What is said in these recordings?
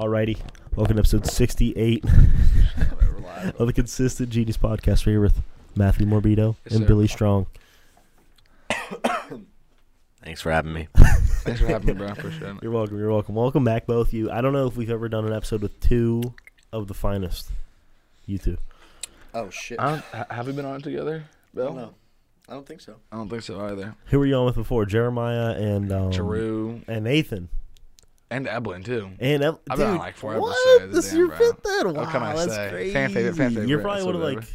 Alrighty, welcome to episode 68 of the Consistent Genius Podcast. We're here with Matthew Morbido Yes, and sir. Billy Strong. Thanks for having me. Thanks for having me, bro. I appreciate it. You're welcome. You're welcome. Welcome back, both of you. I don't know if we've ever done an episode with two of the finest. You two. Oh shit. Uh, I don't, ha- have we been on it together, I Bill? don't know. I don't think so. I don't think so either. Who were you on with before? Jeremiah and um, Drew and Nathan and Eblin too. and Ev- I've dude, been on like four what? episodes, This is damn, your bro. fifth then. Wow, What can I that's say? crazy. Fan favorite, fan favorite You're probably one of episode like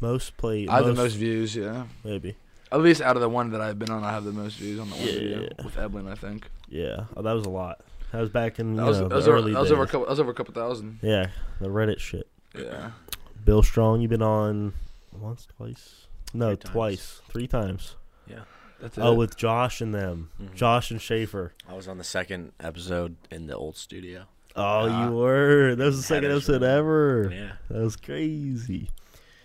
most played. I have the most- most views, yeah. maybe. At least out of the one that I've been on, I have the most views on the one Yeah, video yeah. with Eblin. I think Yeah, oh, that was a lot. That was back in that you was, know, that was, the over, early that was over a days. couple. That was over a couple thousand. Yeah, the Reddit shit. Yeah, Bill Strong, you've been on once, twice? No, Three times. twice, three times. that's Oh, it. with Josh and them, Mhm. Josh and Schaefer. I was on the second episode in the old studio. Oh, Ah. you were. That was the second That is episode right. ever. Yeah. That was crazy.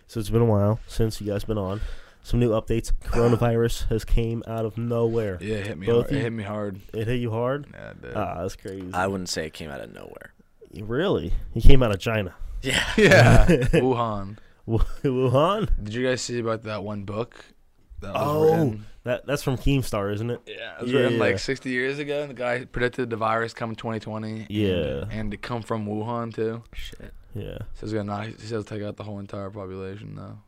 So it's been a while since you guys been on. Some new updates. Coronavirus has came out of nowhere. yeah, it hit me. Both Hard. you- It hit me hard. It hit you hard. Yeah, it did. Ah, that's crazy. I wouldn't say it came out of nowhere. really? He came out of China, Yeah. yeah, Wuhan. Wuhan. Did you guys see about that one book? That Oh. That that's from Keemstar, isn't it? Yeah, it was Yeah, written yeah. like 60 years ago. and The guy predicted the virus come in 2020. Yeah. And, and to come from Wuhan, too. Shit. Yeah. So it's gonna knock, he says take out the whole entire population, though.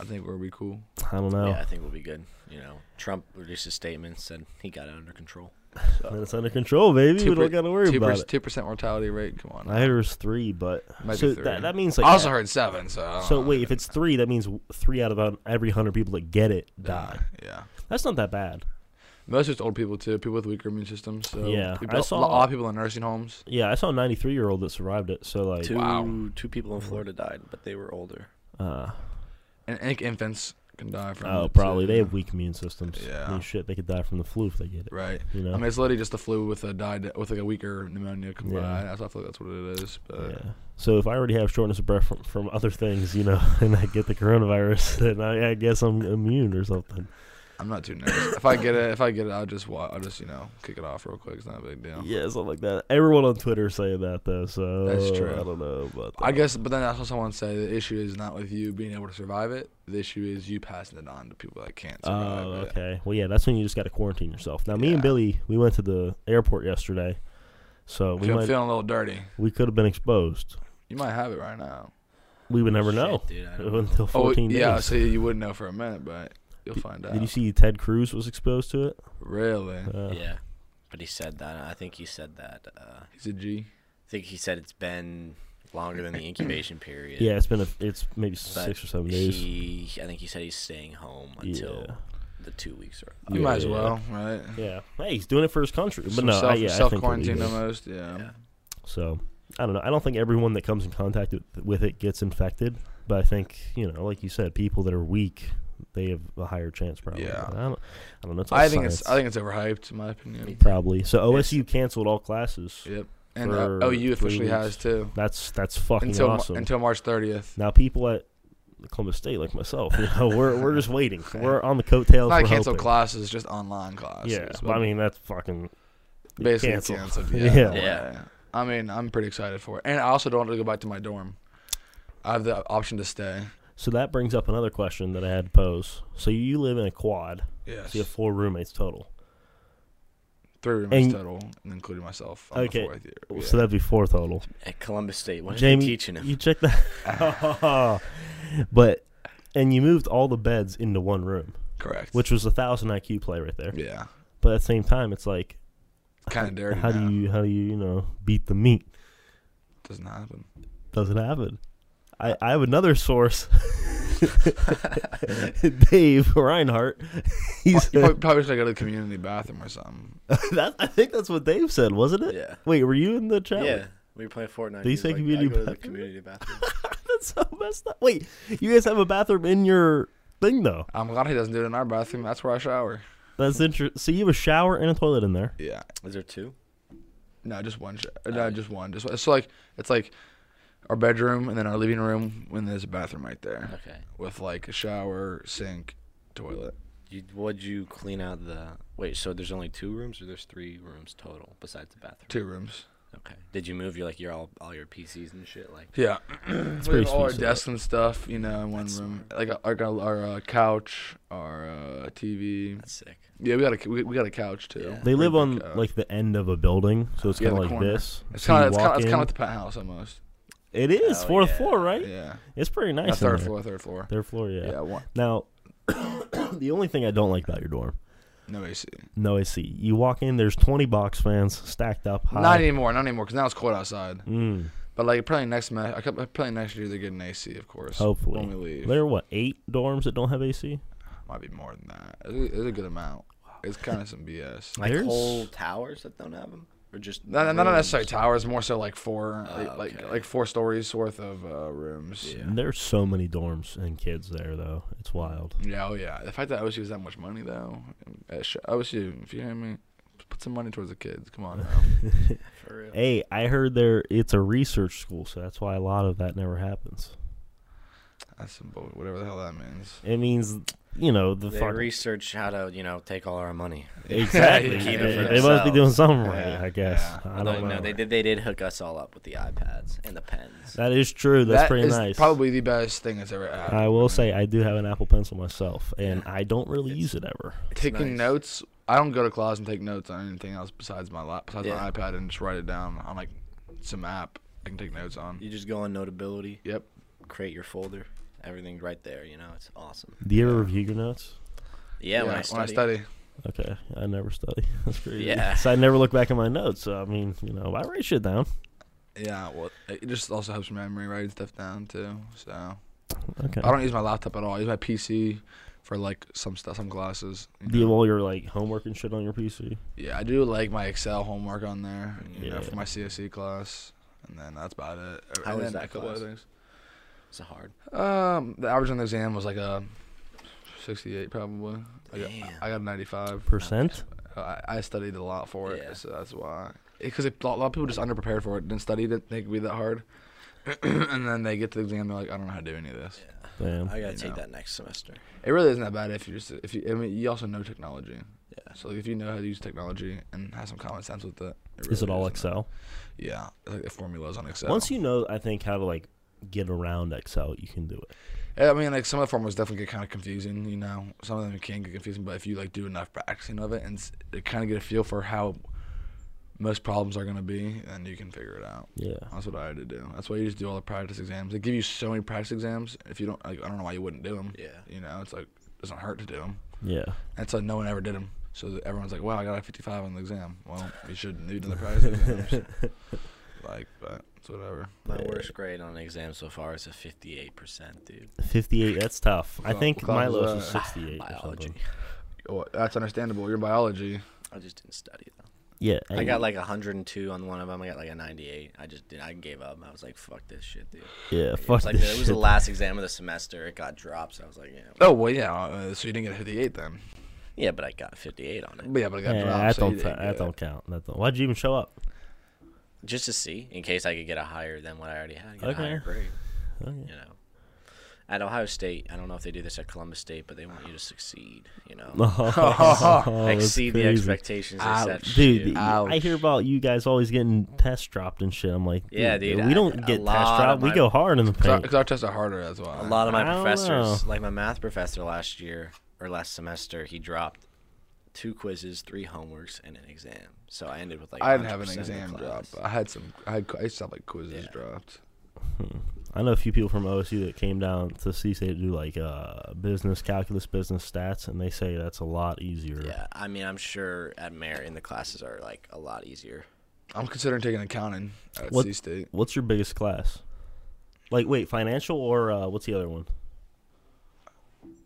I think we'll be cool. I don't know. Yeah, I think we'll be good. You know, Trump released a statement, said he got it under control. And it's under control, baby. Two we don't per- gotta worry about it. 2%, 2% mortality rate, come on. I heard it was three, but Might so be three. That, that means like I also heard seven, so. I don't so know. wait, if it's three, that means three out of about every hundred people that get it die. Yeah. That's not that bad. Most of it's old people, too. People with weaker immune systems. So Yeah, People, I saw- a lot of people in nursing homes. Yeah, I saw a 93 year old that survived it. So like, Two Wow. two people in Florida died, but they were older. uh, And, and infants can die from it, oh, too. probably they have weak immune systems. Yeah. I mean, shit, they could die from the flu if they get it. Right. You know. I mean, it's literally just the flu with a died with like a weaker pneumonia combined. Yeah. I feel like that's what it is. But yeah. So if I already have shortness of breath from, from other things, you know, and I get the coronavirus, then I, I guess I'm immune or something. I'm not too nervous. if I get it, if I get it, I'll just wa- I'll just you know kick it off real quick. It's not a big deal. Yeah, something like that. Everyone on Twitter is saying that though, so That's true. I don't know about that. I guess, but then I saw someone say the issue is not with you being able to survive it. The issue is you passing it on to people that can't Oh, survive it. okay. Well, yeah, that's when you just got to quarantine yourself. Now, me and Yeah. Billy, we went to the airport yesterday, so If we I'm might, feeling a little dirty. we could have been exposed. You might have it right now. We would never Shit, know dude. I don't know. until Oh, fourteen yeah. uh, days. So you wouldn't know for a minute, but you'll find out. Did you see Ted Cruz was exposed to it? Really? Uh, yeah. But he said that. I think he said that. Uh, I He's a G. think he said it's been longer than the incubation period. yeah, it's been a, it's maybe But six or seven days. he, I think he said he's staying home until Yeah. the two weeks are up. You might as Yeah. well, right? yeah. Hey, he's doing it for his country, but Some no, I, self, yeah, I self think it'll be quarantine good. almost. Yeah. Yeah. So I don't know. I don't think everyone that comes in contact with, with it gets infected, but I think you know, like you said, people that are weak, they have a higher chance probably. Yeah. I don't, I don't know. It's all I think it's science. I think it's overhyped in my opinion. probably. So OSU canceled all classes. Yep. And For uh, OU three officially has weeks. too. That's that's fucking Until Mar- awesome. until March 30th. now people at Columbus State, like myself, you know, we're we're just waiting. We're on the coattails. It's not we're canceled hoping. classes, just online classes. Yeah, but but I mean that's fucking basically cancel. canceled. Yeah. Yeah. no Yeah. way. I mean, I'm pretty excited for it, and I also don't want to go back to my dorm. I have the option to stay. So that brings up another question that I had to pose. So you live in a quad, Yes. so you have four roommates total. Three roommates and- total, and including myself. I'm Okay. The fourth year. Yeah. So that'd be four total. At Columbus State. What are Jamie, they teaching him? you check that. but and you moved all the beds into one room, Correct. which was a thousand IQ play right there. Yeah. But at the same time, it's like Kind of dirty. how do you how do you you know beat the meat? Doesn't happen. Doesn't happen. I, I have another source, Dave Reinhart. He You said, probably, probably should go to the community bathroom or something. that, I think that's what Dave said, wasn't it? Yeah. Wait, were you in the chat? Yeah. We were playing Fortnite. Did he He's say like, community I go to the bathroom? community bathroom. That's so messed up. Wait, you guys have a bathroom in your thing though. I'm glad he doesn't do it in our bathroom. That's where I shower. That's Hmm. interesting. So you have a shower and a toilet in there. Yeah. Is there two? No, just one. Sh- no, just one. Just one. so like it's like our bedroom and then our living room, and there's a bathroom right there Okay. with like a shower, sink, toilet. You, would you clean out the. Wait, so there's only two rooms or there's three rooms total besides the bathroom? Two rooms. Okay. Did you move your like your all all your PCs and shit? Like Yeah, we pretty have all our smooth setup. desks and stuff, you know, in one That's room. Like our our, our uh, couch, our uh, TV. that's sick. Yeah, we got a we, we got a couch too. Yeah. They live Big, on uh, like the end of a building, so it's Yeah, kind the of like corner. this. It's So you kind of it's kind walk of it's in- kind of the penthouse almost. It is Oh, fourth yeah. floor, right? Yeah, It's pretty Uh, nice. in third there. floor, third floor. Third floor, yeah. Yeah, one, Now, the only thing I don't like about your dorm, no AC. no AC. You walk in, there's 20 box fans stacked up high. Not e-, anymore, not anymore, because now it's cold outside. Mm, But like probably next ma- I could- probably next year they get an AC, of course. Hopefully. when we leave, there are what eight dorms that don't have AC? might be more than that. It's a, it's a good amount. It's kind of some BS. Like There's- Whole towers that don't have them, or just Not, not not rooms? necessarily towers, more so like four, Oh, like, like okay. like four stories worth of uh, rooms. Yeah. There's so many dorms and kids there though. It's wild. Yeah, oh yeah. The fact that OSU has that much money though, uh, sh- OSU, if you hear me, put some money towards the kids. Come on now. For real. Hey, I heard there it's a research school, so that's why a lot of that never happens. That's some bull- whatever the hell that means. It means you know the They fuck research how to you know take all our money. exactly. Keep it for they must be doing themselves. something right. Yeah, I guess yeah. I don't Although, know. No, they did. They did hook us all up with the iPads and the pens. That is true. That's That pretty is nice. Probably the best thing that's ever happened. I will say I do have an Apple Pencil myself, and I don't really It's- use it ever. Taking nice. notes. I don't go to class and take notes on anything else besides my lap, besides my Yeah. iPad, and just write it down on like some app I can take notes on. You just go on Notability, Yep. create your folder, everything right there. You know, it's awesome. Do you ever review your notes? Yeah, when, I study, Okay, I never study. That's crazy. Yeah. So I never look back at my notes. So I mean, you know, I write shit down. Yeah, well, it just also helps your memory writing stuff down too. So Okay. I don't use my laptop at all. I use my PC for like some stuff, some classes. you Do you know. have all your like homework and shit on your PC? Yeah, I do like my Excel homework on there, you know, Yeah. for my CSC class, and then that's about it. And How was then that a couple class? other things. it's hard. Um, the average on the exam was like a 68 probably. I got, Damn. I got a 95. Percent? Uh, I, I studied a lot for it, Yeah. so that's why. Because a lot lot of people just underprepared for it, didn't study, didn't think it'd be that hard, and then they get to the exam, they're like, I don't know how to do any of this. Damn. I gotta You take know. that next semester. It really isn't that bad if you just if you I mean you also know technology. Yeah. So like, if you know how to use technology and have some common sense with it, it Is it really all isn't- Excel? Yeah, like the formulas on Excel. Once you know, I think how to like get around Excel, you can do it. Yeah, I mean, like some of the formulas definitely get kind of confusing. You know, some of them can get confusing, but if you like do enough practicing of it and s- kind of get a feel for how most problems are gonna be, then you can figure it out. Yeah. That's what I had to do. That's why you just do all the practice exams. They give you so many practice exams. If you don't, like, I don't know why you wouldn't do them. Yeah. You know, it's like it doesn't hurt to do them. Yeah. And so no one ever did them. So that everyone's like, "Wow, I got a 55 on the exam." Well, you should do the practice exams. like, but it's whatever. My Yeah. worst grade on an exam so far is a 58%, dude. 58. That's tough. I Well, think well, my lowest uh, was 68 or Biology. something. Well, that's understandable. Your biology. I just didn't study though. Yeah. I got like 102 on one of them. I got like a 98. I just did. I gave up. I was like, "Fuck this shit, dude." yeah. it was Fuck like this the, it was the shit. last exam of the semester. It got dropped. So I was like, "Yeah, Oh well, yeah. Uh, so you didn't get a 58 then. yeah," but I got 58 on it But yeah, but it got Yeah, dropped. that so you don't, didn't count- that get it. don't count. That don't- Why'd you even show up? just to see in case I could get a higher than what I already had. Get Okay. a higher grade, Okay. you know. At Ohio State, I don't know if they do this at Columbus State, but they want you to succeed. You know, Oh, that's exceed the crazy. expectations they set. Ouch. for Dude, you. the- I hear about you guys always getting test dropped and shit. I'm like, Yeah, dude, we I- don't a get lot test of dropped. We my- go hard in the Cause our, paint. 'cause our tests are harder as well. A lot of my I don't professors, know. like my math professor last year or last semester, he dropped two quizzes, three homeworks, and an exam. So I ended with like. I didn't have an 100% of the exam drop. class. I had some. I had. I used to have like quizzes Yeah. dropped. I know a few people from OSU that came down to C State to do like uh, business calculus, business stats, and they say that's a lot easier. Yeah, I mean, I'm sure at Merritt, and the classes are like a lot easier. I'm considering taking accounting at What- C State. What's your biggest class? Like, wait, financial or uh, what's the other one?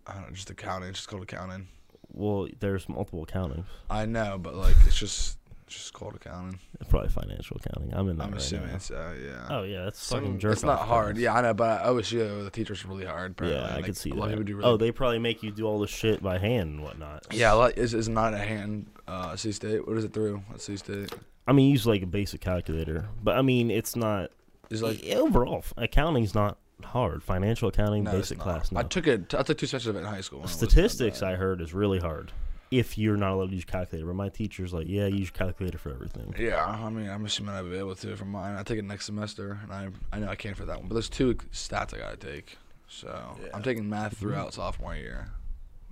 I don't know, just accounting. It's just called accounting. Well, there's multiple accounting. I know, but like it's just it's just called accounting. Probably financial accounting. I'm in that I'm right assuming. now. So yeah. Oh yeah, that's Some- fucking jerk. It's not off hard. class. Yeah, I know, but I OSU the teachers are really hard. Apparently. Yeah, I Like, could see A lot of that. people do really. oh, they probably make you do all this shit by hand and whatnot. Yeah, a lot is is not a hand. Uh, C State. What is it through? At C State. I mean, use like a basic calculator, but I mean, it's not Is like overall f- accounting's not hard. Financial accounting, no, it's basic not. class. No. I took it. I took two specials of it in high school. when I was in, Statistics, uh, I heard, is really hard. if you're not allowed to use a calculator. But my teacher's like, yeah, use your calculator for everything. Yeah, I mean, I'm assuming I'll be able to for mine. I take it next semester, and I I know I can't for that one. But there's two stats I gotta take, so Yeah. I'm taking math throughout sophomore year,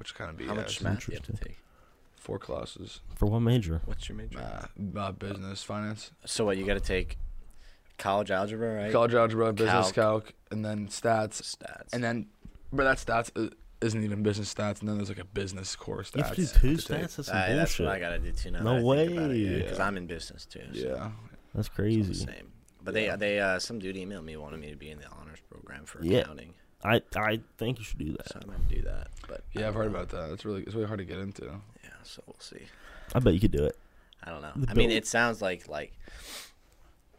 which kind of be How much math do you have to interesting. take? four classes. For what major? What's your major? Math, uh, business, finance, So what you got to take? College algebra, right? college algebra, business Calc. calc, and then stats, stats. and then but that stats i- isn't even business stats, and then there's like a business core You have stats. to do two to take. stats? That's some Aye, that's bullshit. what I gotta do too. Now No way. because Yeah. I'm in business too. so Yeah, That's it's all the crazy. Same. But Yeah. they they uh, some dude emailed me wanted me to be in the honors program for Yeah. accounting, I I think you should do that. so I might do that. But I yeah, I've don't heard know. about that. It's really it's really hard to get into. Yeah, so we'll see. I bet you could do it. I don't know. The I mean, bill- it sounds like like,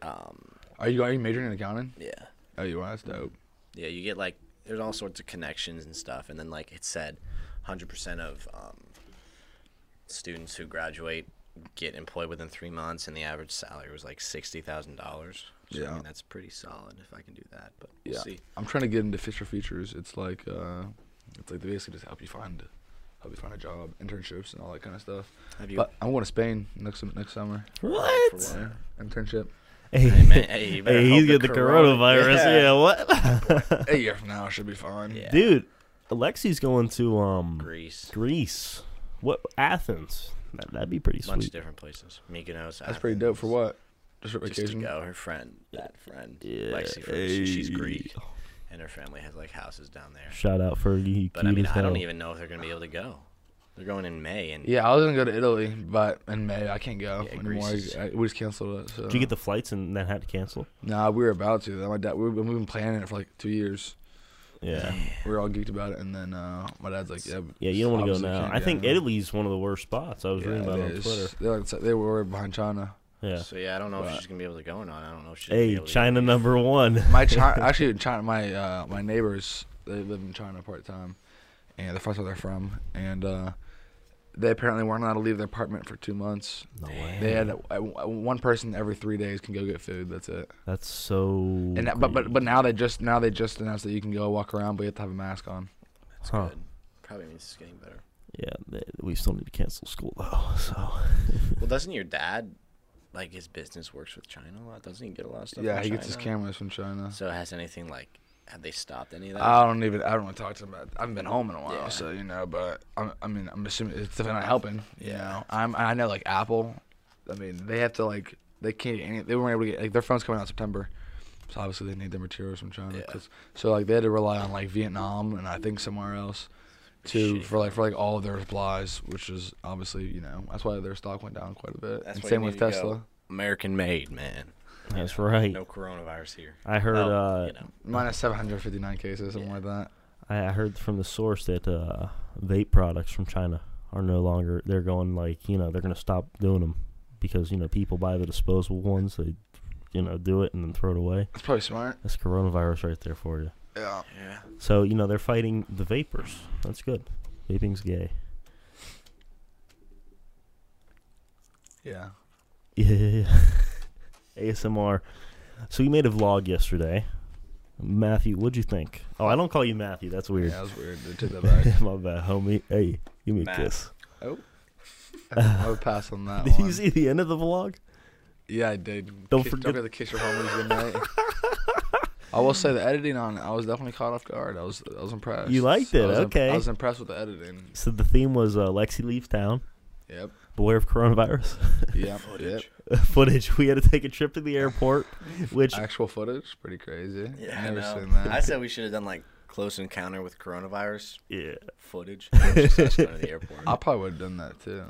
um, Are you are you majoring in accounting? yeah, Oh, you are. That's dope. yeah. You get like there's all sorts of connections and stuff, and then like it said, hundred percent of um, students who graduate get employed within three months, and the average salary was like sixty thousand dollars. So, I Yeah. mean, that's pretty solid if I can do that. But we'll Yeah. see. I'm trying to get into Fisher Features. It's like uh, it's like they basically just help you find help you find a job, internships, and all that kind of stuff. Have you? But I'm going to Spain next sum- next summer. for What? one? Internship. Hey, Hey, man, hey, you better hey, he's hope got the coronavirus. Yeah, what? A year from now should be fine. Yeah. Dude, Alexi's going to um Greece, Greece. What Athens? That, that'd be pretty bunch of sweet. different places. Mykonos. That's pretty dope for Athens. what? Just a Just to vacation. go, her friend, that friend, Yeah, Lexi, from, she- she's hey. Greek, and her family has like houses down there. Shout out for you. But I mean, I don't even know if they're gonna be able to go. They're going in May, and Yeah, I was gonna go to Italy, but in May I can't go Yeah, anymore. Greece is- I, I- we just canceled it. So. Did you get the flights and then had to cancel? Nah, we were about to. Then My dad, we've been, we've been planning it for like two years. Yeah. We were all geeked about it, and then uh, my dad's like, "Yeah, Yeah, you don't want to go obviously now. can't I think go. Italy's one of the worst spots. I was reading about it it on is. Twitter. They're like- they were behind China. Yeah. so yeah, I don't know if But- she's gonna be able to go or not. I don't know if she's. gonna be Hey, able to China go. number one. My China, actually, in China, my uh, my neighbors they live in China part time, and that's where they're from. And uh, they apparently weren't allowed to leave their apartment for two months. No way. They had uh, one person every three days can go get food. That's it. That's so. And that, but but but now they just now they just announced that you can go walk around, but you have to have a mask on. That's Huh. good. Probably means it's getting better. yeah, th- we still need to cancel school though. So Well, doesn't your dad, like his business works with China a lot? Doesn't he get a lot of stuff? yeah, from he gets his China? cameras from China. So has anything like have they stopped any of that? I don't even. I don't want to talk to him about. I haven't been home in a while, Yeah. so you know. But I'm, I mean, I'm assuming it's definitely not helping. You Yeah. know, I'm. I know like Apple. I mean, they have to like. They can't. Any, they weren't able to get like their phones coming out in September, so obviously they need their materials from China. Yeah. 'cause- so like they had to rely on like Vietnam and I think somewhere else, to Shit. for like for like all of their supplies, which is obviously you know that's why their stock went down quite a bit. That's and why you same need with to go Tesla. American made, man. that's right. No coronavirus here. I heard. Well, uh, Oh, you know, Minus 759 cases, something Yeah. like that. I I heard from the source that uh, vape products from China are no longer. They're going like you know they're gonna stop doing them because you know people buy the disposable ones. They you know do it and then throw it away. That's probably smart. That's coronavirus right there for you. Yeah. yeah. So you know they're fighting the vapors. That's good. Vaping's gay. Yeah. Yeah. ASMR. So you made a vlog yesterday. Matthew, what'd you think? Oh, I don't call you Matthew. That's weird. Yeah, that was weird. They took that back. My bad, homie. Hey, give me Matt. a kiss. I would pass on that Did one. you see the end of the vlog? Yeah, I did. Don't kiss, forget- Don't forget to kiss your homies goodnight. I will say the editing on it, I was definitely caught off guard. I was, I was impressed. You liked it, I was imp- okay. I was impressed with the editing. So the theme was uh, Lexi leaves town. Yep. Beware of coronavirus Yep. yep. Footage. footage. We had to take a trip to the airport, which Actual footage, pretty crazy. Yeah, I Never know. seen that. I said we should have done like close encounter with coronavirus yeah. footage. Just us going to the airport. I probably would have done that too.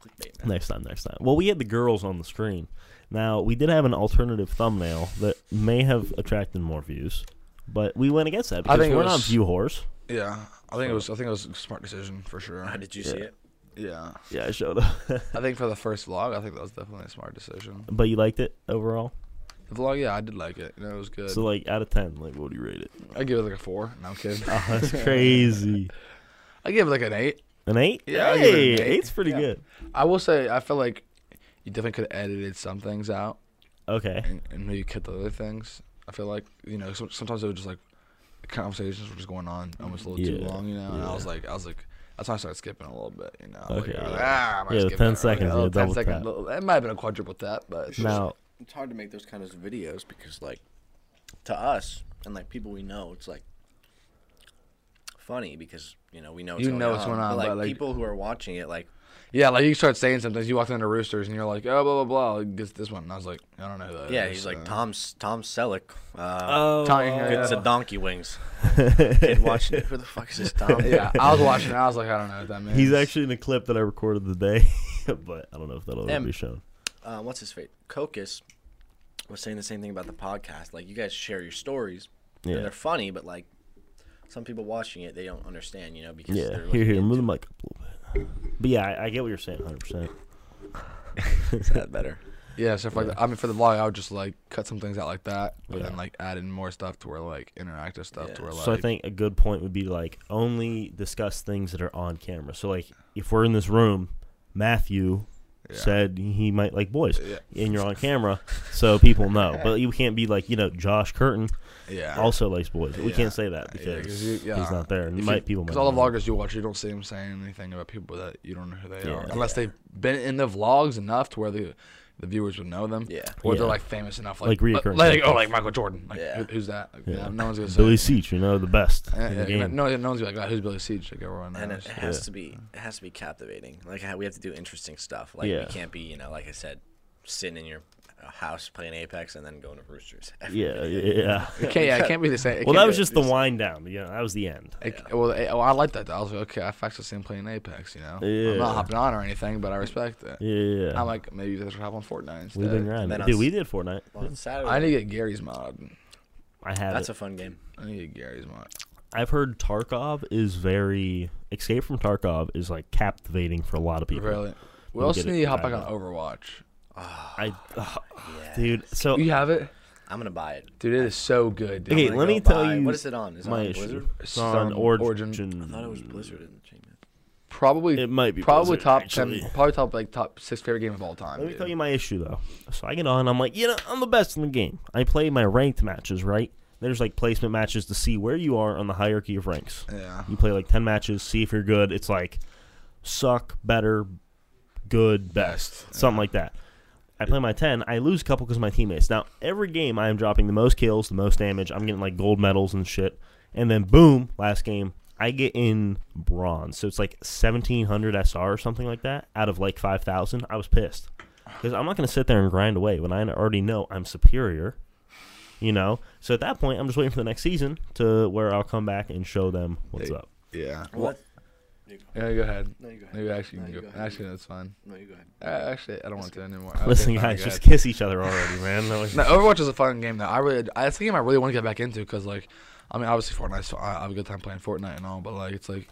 Clickbait, man. Next time, next time. Well, we had the girls on the screen. Now we did have an alternative thumbnail that may have attracted more views, but we went against that I because think it we're not was- view whores. Yeah, I think it was. I think it was a smart decision for sure. Uh, did you see Yeah. it? Yeah, Yeah, I showed up. I think for the first vlog, I think that was definitely a smart decision. but you liked it overall. The vlog, yeah, I did like it. You know, it was good. So like out of ten, like what do you rate it? I give it like a four. No, I'm kidding. Oh, that's crazy. I give it like an eight. An eight? Yeah, I'll give it an hey, eight. eight's pretty Yeah. good. I will say I feel like you definitely could have edited some things out Okay. and, and maybe cut the other things. I feel like you know so, sometimes it was just like conversations were just going on almost a little too Yeah, long, you know. And I was yeah. like, I was like, I That's when I started skipping a little bit, you know. Okay, I was yeah. ah, I might Yeah, the skip 10 that. seconds, Like, yeah, oh, double second- tap. little- It might have been a quadruple tap, but Now, It's hard to make those kind of videos because, like, to us and like people we know, it's like funny because you know we know it's You going know on, it's going on, but, like, but, like- people who are watching it, like yeah, like you start saying something. You walk into Roosters and you're like, oh, blah blah blah. This this one. And I was like, I don't know who that yeah, is, he's like uh, Tom's Tom Selleck. Uh, oh, Tommy, yeah. It's a donkey wings. Kid watching it. Who the fuck is this Tom? yeah, I was watching. it, I was like, I don't know what that means. he's actually in a clip that I recorded today, but I don't know if that'll ever Em- be shown. uh, what's his face? Kokus was saying the same thing about the podcast. Like you guys share your stories, Yeah. and they're funny, but like some people watching it, they don't understand, you know, because Yeah, they're here, looking here, move into the mic up a little bit. But yeah, I, I get what you're saying, 100. percent it. Is that better. Yeah, stuff like that. I mean, for the vlog, I would just like cut some things out like that, but then like add in more stuff to where like interactive stuff to Yeah. where like. So I think a good point would be like only discuss things that are on camera. So like if we're in this room, Matthew Yeah. said he might like boys, Yeah. and you're on camera, so people know. But you can't be like you know Josh Curtin yeah. also likes boys. We Yeah. can't say that Yeah, because 'cause you- yeah. he's not there. And If might you, people might Because all the not know. vloggers you watch, you don't see them saying anything about people that you don't know who they Yeah. are, unless they've been in the vlogs enough to where the the viewers would know them. Yeah. Or they're Yeah. like famous enough, Like like reoccurring like, oh, characters. like Michael Jordan. Like, Yeah. who- who's that? Like, Yeah. yeah, No one's gonna say. Billy Seach, you know the best Yeah, in the yeah, game. No, no one's gonna be like, oh, who's Billy Siege? Like everyone knows. and it has Yeah. to be it has to be captivating. Like ha- we have to do interesting stuff. Like Yeah. we can't be you know like I said, sitting in your uh, house playing Apex and then going to Roosters. Yeah, yeah. it can't, yeah, it can't be the same. it Well, can't that be- was just the wind down. Yeah, that was the end. It, Well, it, well, I like that. Though. I was like, okay, I've actually seen him playing Apex. You know, I'm Yeah. not hopping on or anything, but I respect it. Yeah, I'm like, maybe they should hop on Fortnite instead. we've been then grinding, on dude. s- We did Fortnite. on Saturday. I need to get Gary's mod. I have that's it. a fun game. I need to get Gary's mod. I've heard Tarkov is very Escape from Tarkov is like captivating for a lot of people. Really. We We'll also get it need to hop back dialed on Overwatch. I, ugh, Yeah. dude. So You have it, I'm gonna buy it. dude. It is so good. Dude. Okay, I'm let gonna me go tell buy- you What is it on? Is it my on issue. Blizzard? It's on Some Origin. Origin. I thought it was Blizzard in the chain. Probably It might be probably Blizzard, top actually. ten, probably top like top six favorite game of all time. Let me dude. tell you my issue though. So I get on. I'm like, you know, I'm the best in the game. I play my ranked matches, right? There's like placement matches to see where you are on the hierarchy of ranks. Yeah. You play like ten matches, see if you're good. It's like suck, better, good, best, something like that. I play my ten. I lose a couple because my teammates. Now every game I am dropping the most kills, the most damage. I'm getting like gold medals and shit. And then boom, last game I get in bronze. So it's like 1700 SR or something like that out of like 5000. I was pissed because I'm not gonna sit there and grind away when I already know I'm superior. You know, so at that point, I'm just waiting for the next season to where I'll come back and show them what's Hey. up. Yeah. What? Yeah, go ahead. no, you go ahead. Maybe actually, No, you you can go go. ahead. Actually, that's fine. No, you go ahead. Uh, actually, I don't want to anymore. Okay, Listen, fine, guys, go just ahead. kiss each other already, man. No, No, Overwatch is a fun game though. I really, I that's a game I really want to get back into because like, I mean, obviously Fortnite's fun. I I have a good time playing Fortnite and all, but like, it's like,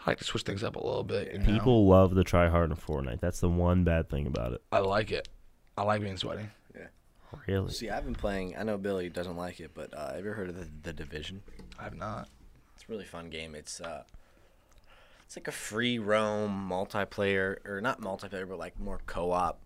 I like to switch things up a little bit. You know? People love to try hard in Fortnite. That's the one bad thing about it. I like it. I like being sweaty. Really? See, I've been playing. I know Billy doesn't like it, but uh, ever heard of the, the Division? I've not. It's a really fun game. It's uh, it's like a free roam multiplayer, or not multiplayer, but like more co-op.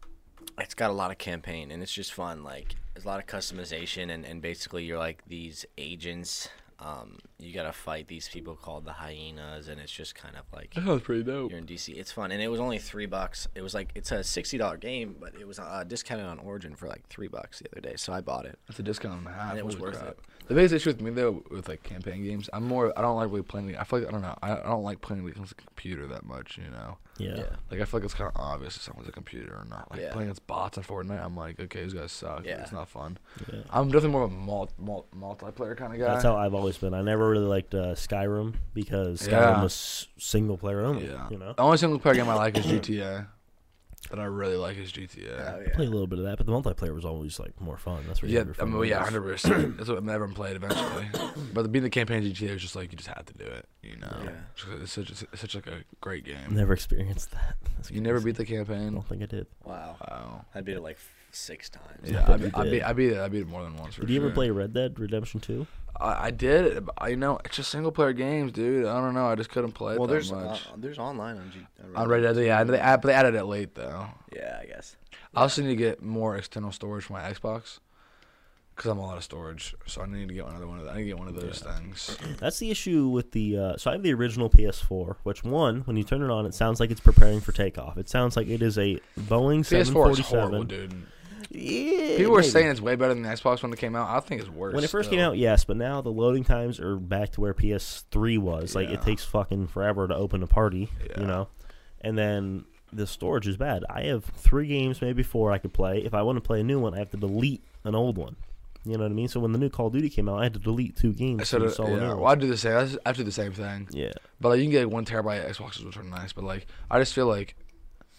It's got a lot of campaign, and it's just fun. Like there's a lot of customization, and, and basically you're like these agents. Um, you gotta fight these people called the hyenas, and it's just kind of like That was pretty dope. you're in DC. It's fun, and it was only three bucks. It was like it's a sixty dollar game, but it was uh, discounted on Origin for like three bucks the other day, so I bought it. That's a discount and a half. And it was Holy worth crap. it. The biggest issue with me though, with like campaign games, I'm more. I don't like really playing. I feel like I don't know. I, I don't like playing against a computer that much. You know. Yeah. Yeah. Like I feel like it's kind of obvious if someone's a computer or not. Like Yeah. playing against bots on Fortnite, I'm like, okay, these guys suck. Yeah. It's not fun. Yeah. I'm definitely more of a mul- mul- multiplayer kind of guy. That's how I've always been. I never really liked uh, Skyrim because Skyrim Yeah. was single player only. yeah. Oh, You know, The only single player game I like is GTA. That I really like is GTA. Oh, I yeah. played a little bit of that, but the multiplayer was always like more fun. That's where you yeah, had your I fun mean, yeah, moments. hundred percent. That's what everyone played eventually. But being the campaign in GTA was just like you just had to do it, you know. Yeah. Just 'cause It's such a, it's such like a great game. Never experienced that. That's You never crazy. beat the I campaign. don't think I did. Wow, Wow. I beat it like f- six times. Yeah, I, You be- I did. beat I beat it. I beat it more than once. For Did you ever sure. play Red Dead Redemption Two? I, I did. but, You know, it's just single player games, dude. I don't know. I just couldn't play it Well, that there's uh, much. there's online on G. uh, on Red Dead, yeah, they, add- but they added it late though. Yeah, I guess. I also need to get more external storage for my Xbox because I'm all out of storage. So I need to get another one of that. I need to get one of those things. That's the issue with the. Uh, so I have the original PS4, which one, when you turn it on, it sounds like it's preparing for takeoff. It sounds like it is a Boeing PS4 is horrible, 747. dude. Yeah, People were maybe. saying it's way better than the Xbox when it came out. I think it's worse. when it first came still. out, yes, but now the loading times are back to where PS3 was. Like Yeah. it takes fucking forever to open a party, Yeah. you know. And then the storage is bad. I have three games, maybe four, I could play. If I want to play a new one, I have to delete an old one. You know what I mean? So when the new Call of Duty came out, I had to delete two games. I said, to it- install a new yeah, one. well, I do the same. I s- I do the same thing. yeah. But like, you can get like, one terabyte Xboxes, which are nice. But like, I just feel like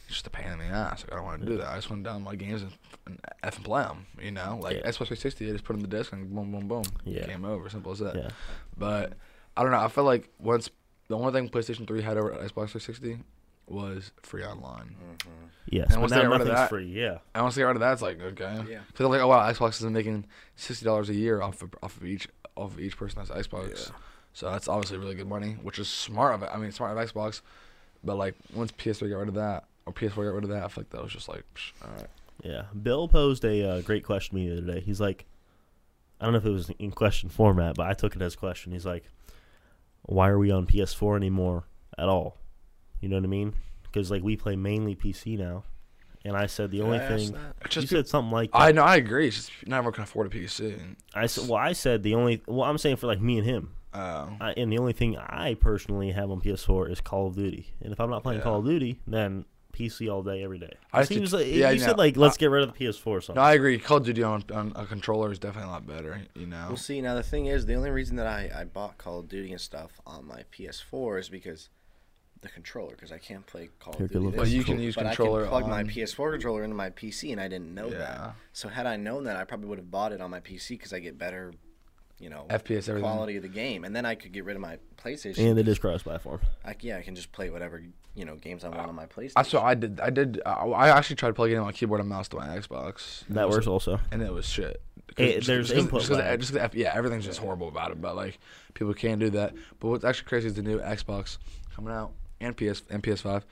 it's just a pain in the ass. Like, I don't want to do that. I just want to download my games and, and f and play them. You know, like Yeah. Xbox 360, I just put it in the disc and boom, boom, boom. Yeah. Game over. Simple as that. Yeah. But I don't know. I feel like once the only thing PlayStation 3 had over Xbox 360 was free online. Mm. Yes, And but once now they got rid of nothing's that- free. Yeah, And once they get rid of that, it's like okay. Yeah. Because like, oh wow, Xbox is making sixty dollars a year off of off of each off of each person that's Xbox. Yeah. So that's obviously really good money, which is smart of it. I mean, smart of Xbox, but like once PS3 got rid of that or PS4 got rid of that, I feel like that was just like, psh, uh, all right. yeah. Bill posed a uh, great question to me the other day. He's like, I don't know if it was in question format, but I took it as a question. He's like, why are we on PS4 anymore at all? You know what I mean? Because like we play mainly PC now, and I said the only I ask thing that? It's you just said something like I that. know I agree. It's just not everyone can afford a PC. I said well I said the only well I'm saying for like me and him, Oh, I, and the only thing I personally have on PS4 is Call of Duty, and if I'm not playing Yeah. Call of Duty, then PC all day every day. It I used to- seems like yeah, you no, said like let's get rid of the PS4 or something. no, I agree. Call of Duty on, on a controller is definitely a lot better. You know, Well, see, now the thing is, the only reason that I, I bought Call of Duty and stuff on my PS4 is because the controller, because I can't play Call Here, of good Duty. look. but this. you can use But I controller can plug my on- PS4 controller into my PC, and I didn't know Yeah. that. So had I known that, I probably would have bought it on my PC because I get better, you know, FPS everything. quality of the game, and then I could get rid of my PlayStation. And it is cross-platform. I, yeah, I can just play whatever you know games I want on my PlayStation. That's what I did. I did. I, I actually tried plugging in my keyboard and mouse to my Xbox. That works also. and it was shit. Eh, there's input just 'cause the- lag. just 'cause the F- yeah, everything's just horrible about it. But like, people can do that. But what's actually crazy is the new Xbox coming out and PS and PS5.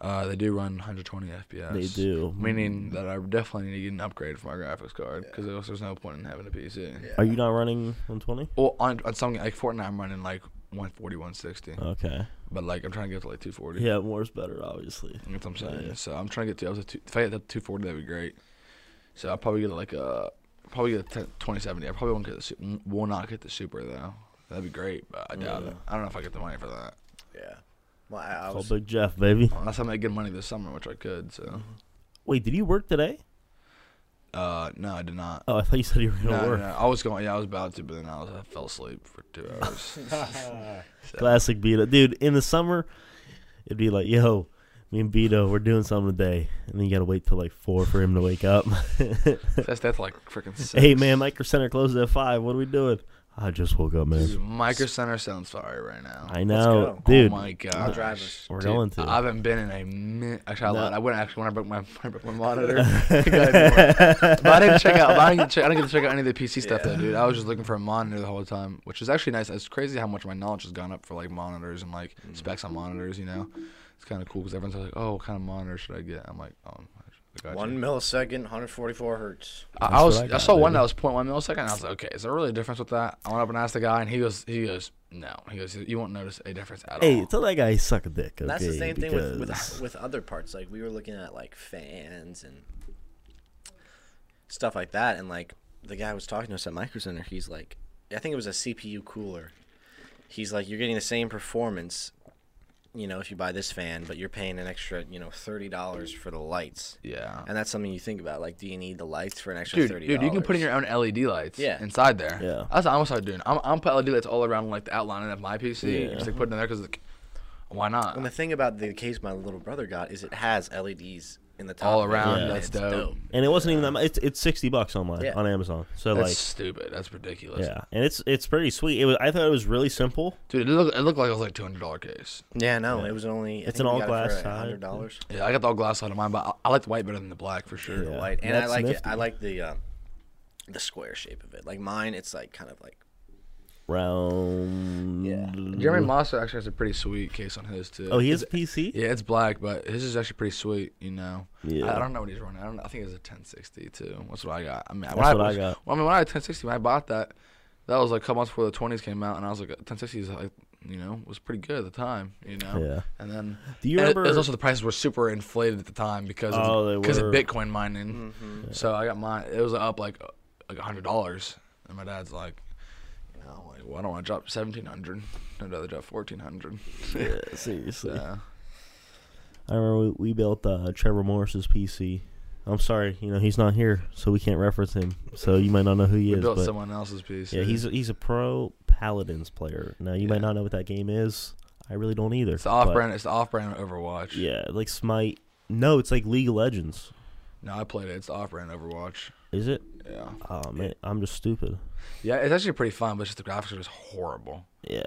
Uh, they do run 120 FPS. They do. Meaning that I definitely need to get an upgrade for my graphics card because there's no point in having a PC. Yeah. Are you not running 120? Well, on, on something like Fortnite, I'm running like 140, 160. Okay. But like, I'm trying to get to like 240. Yeah, more's better, obviously. That's what I'm saying. So I'm trying to get to. I was at two, if I get to 240, that'd be great. So I'll probably get like a probably get a 10, 2070. I probably won't get the su- will not get the super though. That'd be great, but I doubt it. I don't know if I get the money for that. yeah. Well, I, I Call was. Oh, Big Jeff, baby. Unless I make good money this summer, which I could. So Wait, did you work today? uh, no, I did not. Oh, I thought you said you were No, gonna no, work. no. I was going. Yeah, I was about to, but then I was. I fell asleep for two hours. Classic Beto, dude. In the summer, it'd be like, yo, me and Beto, we're doing something today, and then you gotta wait till like four for him to wake up. that's that's like freaking. hey, six. man, Micro Center closes at five. What are we doing? I just woke up, man. Dude, Micro Center sounds sorry right now. I know, go. dude. Oh my god. drive us. We're going to. I haven't been in a minute. Actually, No. I lied. I went actually when I broke my, when I broke my monitor. I got it. but I didn't check out. But I didn't check. I didn't get to check out any of the PC stuff though, dude. I was just looking for a monitor the whole time, which is actually nice. It's crazy how much my knowledge has gone up for like monitors and like Mm. specs on monitors. You know, it's kind of cool because everyone's like, "Oh, what kind of monitor should I get?" I'm like, "Oh." I got you." One millisecond, 144 hertz. I, I That's was what I I, got, saw one baby. that was 0.1 millisecond. And I was like, okay, is there really a difference with that? I went up and asked the guy, and he goes, he goes, no. He goes, you won't notice a difference at all. hey, tell that guy he suck a dick. Okay, And that's the same thing with, because- with with other parts. Like we were looking at like fans and stuff like that, and like the guy was talking to us at Micro Center. He's like, I think it was a CPU cooler. He's like, you're getting the same performance, you know, if you buy this fan, but you're paying an extra, you know, thirty dollars for the lights. yeah. And that's something you think about. Like, do you need the lights for an extra Dude, thirty? dude, you can put in your own LED lights Yeah. inside there. Yeah. That's what I'm gonna start doing. I'm, I'm putting LED lights all around like the outline of my PC. Yeah. Just like putting in there because like, why not? And the thing about the case my little brother got is it has LEDs in the top. all of it, around, Yeah. and that's it's dope. and it wasn't even that. Much. It's it's sixty bucks online Yeah. on Amazon. So That's like, stupid. That's ridiculous. Yeah, and it's it's pretty sweet. It was, I thought it was really simple. Dude, it looked, it looked like it was like two hundred dollar case. Yeah, no, it was only. It's an all-glass side. Hundred dollars. Yeah, I got the all glass side of mine, but I, I like the white better than the black for sure. Yeah. white, and I That's like it. nifty. I like the um, the square shape of it. Like mine, it's like kind of like round. Yeah. Jeremy Massa actually has a pretty sweet case on his too. Oh, he is It's- PC. Yeah, it's black, but his is actually pretty sweet. You know, Yeah. I, I don't know what he's running. I don't. know. I think it's a 1060 too. That's what I got. I mean, when That's I, what I was- got. Well, I mean, when I had 1060, when I bought that, that was like a couple months before the 20s came out, and I was like, 1060 is like, you know, was pretty good at the time. You know. Yeah. And then Do you and it- remember? It, was also the prices were super inflated at the time because Oh, they of, because of were. Bitcoin mining. So I got mine. It was up like uh, like hundred dollars, and my dad's like, you know, I'm like, well, I don't want to drop seventeen hundred. I'd rather drop fourteen hundred. yeah, seriously. Yeah. I remember we, we built uh, Trevor Morris's PC. I'm sorry, you know he's not here, so we can't reference him. So you might not know who he We is. built but someone else's piece. yeah, he's a, he's a pro Paladins player. Now you Yeah. might not know what that game is. I really don't either. it's the off but- brand. It's the off brand Overwatch. Yeah, like Smite. No, it's like League of Legends. No, I played it. It's the off brand Overwatch. Is it? Yeah. Oh man, I'm just stupid. Yeah, it's actually pretty fun, but it's just the graphics are just horrible. Yeah,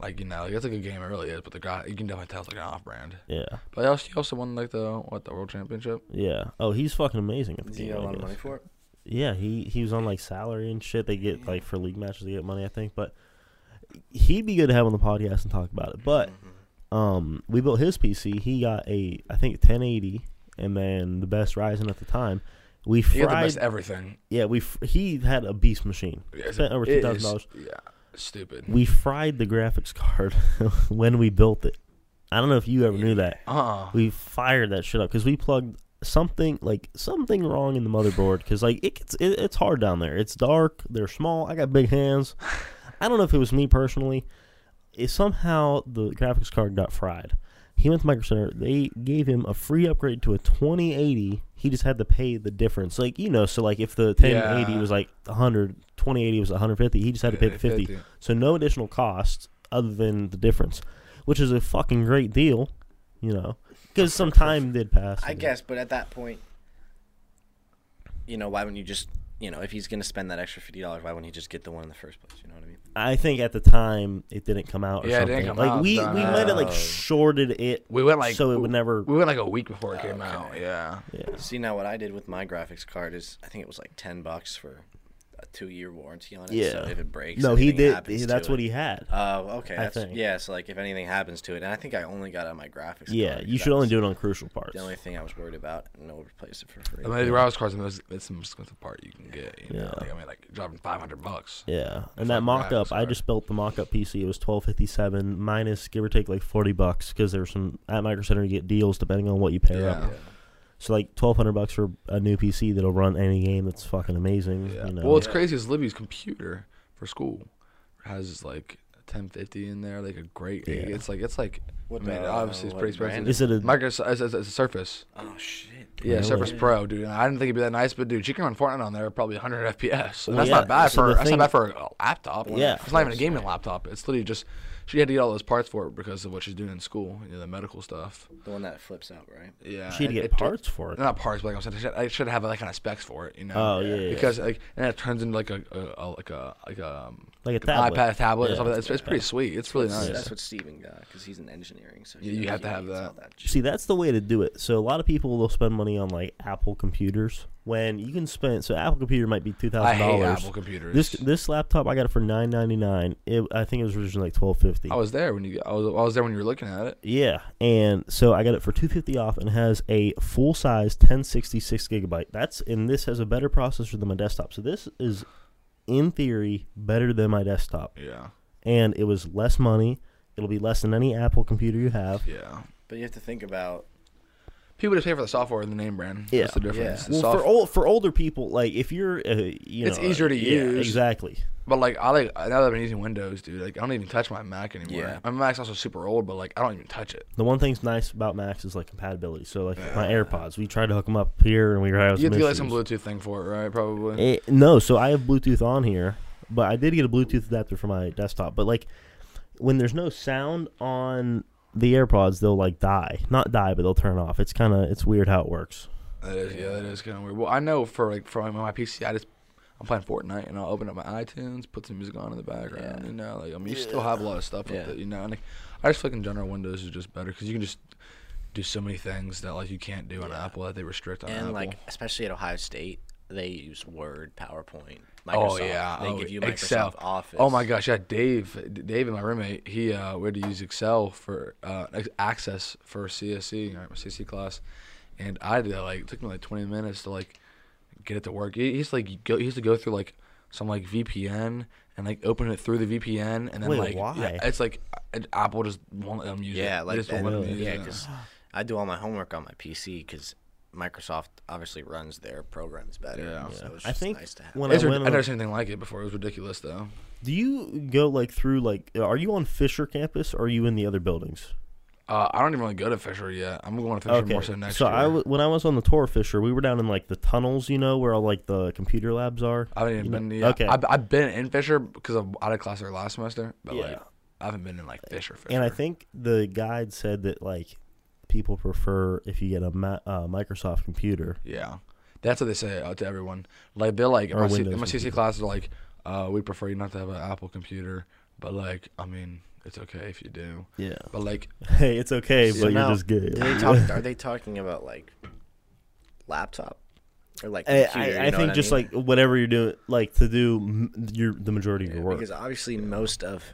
Like you know, like, it's a good game. It really is, but the gra- you can definitely tell it's like an off brand. yeah, But he also, he also won like the what the world championship. yeah. Oh, he's fucking amazing at the Does he game. get a I lot of guess. money for it? Yeah, he he was on like salary and shit. They get like for league matches, they get money, I think. But he'd be good to have on the podcast and talk about it. But Mm-hmm. um, we built his PC. He got a I think 1080, and then the best Ryzen at the time. We He got the fried. best everything. yeah, we fr- he had a beast machine. Yes, Spent over it two is. thousand dollars. Yeah, stupid. We fried the graphics card when we built it. I don't know if you ever knew that. Uh, We fired that shit up because we plugged something like something wrong in the motherboard because like it gets it, it's hard down there. It's dark. They're small. I got big hands. I don't know if it was me personally. It somehow the graphics card got fried. He went to Micro Center. They gave him a free upgrade to a 2080. He just had to pay the difference. Like you know, so like if the 1080 Yeah. was like 100, 2080 was 150. He just had to pay the 50. 50. So no additional cost other than the difference, which is a fucking great deal, you know, because some time did pass. I guess, but at that point, you know, why wouldn't you just, you know, if he's gonna spend that extra fifty dollars, why wouldn't he just get the one in the first place? You know what I mean? I think at the time it didn't come out. Or Yeah, it something. didn't come like out, we but- we might have like Oh. shorted it. We went like so it would never. Oh, We went like a week before it came Okay. out. Yeah. Yeah. See now, what I did with my graphics card is, I think it was like ten bucks for a two-year warranty on it. Yeah. So if it breaks, No, he anything did. happens he- to that's it- what he had. Oh, okay. I That's, think. Yeah, so like if anything happens to it, and I think I only got it on my graphics. Yeah, card, you 'cause should that only was do it on crucial parts. The only thing I was worried about, and they'll replace it for free. I mean, the Rouse cards, it's, it's the most expensive part you can get. You know? Yeah. Like, I mean, like dropping 500 bucks. Yeah, Fuck and that mock graphics up, I card. just built the mock up PC. It was twelve fifty seven minus give or take like forty bucks because there's some at Micro Center you get deals depending on what you pair up. Yeah. So like twelve hundred bucks for a new PC that'll run any game that's fucking amazing. Yeah. You know? Well, it's crazy is Libby's computer for school has like 1050 in there, like a great. Yeah. It's like, it's like, What I mean, the- obviously it's what pretty expensive. brand is it a Microsoft, it's, it's, it's a Surface. oh shit! Yeah, Really? Surface Pro, dude. And I didn't think it'd be that nice, but dude, she can run Fortnite on there at probably 100 FPS. So Well, that's yeah, not bad so for the that's thing- not bad for a laptop. Yeah. it's not even a gaming laptop. It's literally just she had to get all those parts for it because of what she's doing in school, you know, the medical stuff. The one that flips out, right? Yeah, she had to and get it tur- parts for it. Not parts, but like I said, I should, I should have that kind of specs for it, you know. Oh, yeah, yeah, yeah. Because like, and it turns into like a, a, a like a like a um, Like a an tablet. iPad tablet. Yeah. Or something. It's, it's pretty sweet. It's really That's- nice. That's what Steven got because he's in engineering. So Yeah, he- you have he to have needs that. all that shit. See, that's the way to do it. So a lot of people will spend money on like Apple computers when you can spend. So Apple computer might be two I thousand hate dollars. Apple computers. This this laptop I got it for nine ninety nine. It I think it was originally like twelve fifty. I was there when you. I was, I was there when you were looking at it. Yeah, and so I got it for two fifty off, and it has a full size ten sixty six gigabyte. That's and this has a better processor than my desktop. So this is, in theory, better than my desktop, Yeah, and it was less money. It'll be less than any Apple computer you have. yeah. But you have to think about People just pay for the software and the name brand. Yeah. That's the difference. Yeah. The Well, soft- for old for older people, like if you're, uh, you know, It's easier to yeah, use. Exactly. but like I like now that I've been using Windows, dude. Like I don't even touch my Mac anymore. Yeah. My Mac's also super old, but like I don't even touch it. The one thing's nice about Macs is like compatibility. So like my AirPods, we tried to hook them up here, and we were having You have to get like some issues. Bluetooth thing for it, right? Probably. Eh, no, so I have Bluetooth on here, but I did get a Bluetooth adapter for my desktop. But like, when there's no sound on the AirPods, they'll like die. Not die, but they'll turn off. It's kind of it's weird how it works. That is, yeah, that is kind of weird. Well, I know for like for my PC, I just I'm playing Fortnite and I'll open up my iTunes, put some music on in the background. Yeah. You know, like I mean, you still have a lot of stuff with Yeah. it. You know, and like I just feel like in general Windows is just better because you can just do so many things that like you can't do on Apple that they restrict on and Apple. like especially at Ohio State, they use Word, PowerPoint, Microsoft. Oh yeah, they oh, give you Microsoft Excel. Office. Oh my gosh, yeah, Dave, D- Dave, and my roommate, he uh, we had to use Excel for uh, ex- access for E, CSC, right, my CSC class, and I had to like it took me like twenty minutes to like get it to work. He, he's like go, he used to go through like some like VPN and like open it through the VPN and then Wait, like why? yeah, it's like uh, Apple just won't let them use it. Yeah, They like just won't let that- them use yeah, it. because I do all my homework on my PC because Microsoft obviously runs their programs better. Yeah. so it's just I think nice to have. when It's I rid- went, I've on, never seen anything like it before. It was ridiculous though. do you go like through like? Are you on Fisher campus? or Are you in the other buildings? Uh, I don't even really go to Fisher yet. I'm going to Fisher more so next so year. I w- when I was on the tour of Fisher, we were down in like the tunnels, you know, where all like the computer labs are. I haven't even You know- been. To, yeah. Okay. I've, I've been in Fisher because I'm out of class there last semester, but like Yeah. I haven't been in like Fisher. Fisher. and I think the guide said that like people prefer if you get a ma- uh, Microsoft computer. yeah, that's what they say uh, to everyone. Like they're like in Or my, C- in Windows my CC computer. classes are like, uh, we prefer you not to have an Apple computer, but like I mean it's okay if you do. Yeah. But like Hey, it's okay, So but now, you're just gay. Do they talk, are they talking about like laptop or like I, computer? you I, I know what think just mean? like whatever you're doing, like to do m- your the majority of your work. because obviously most of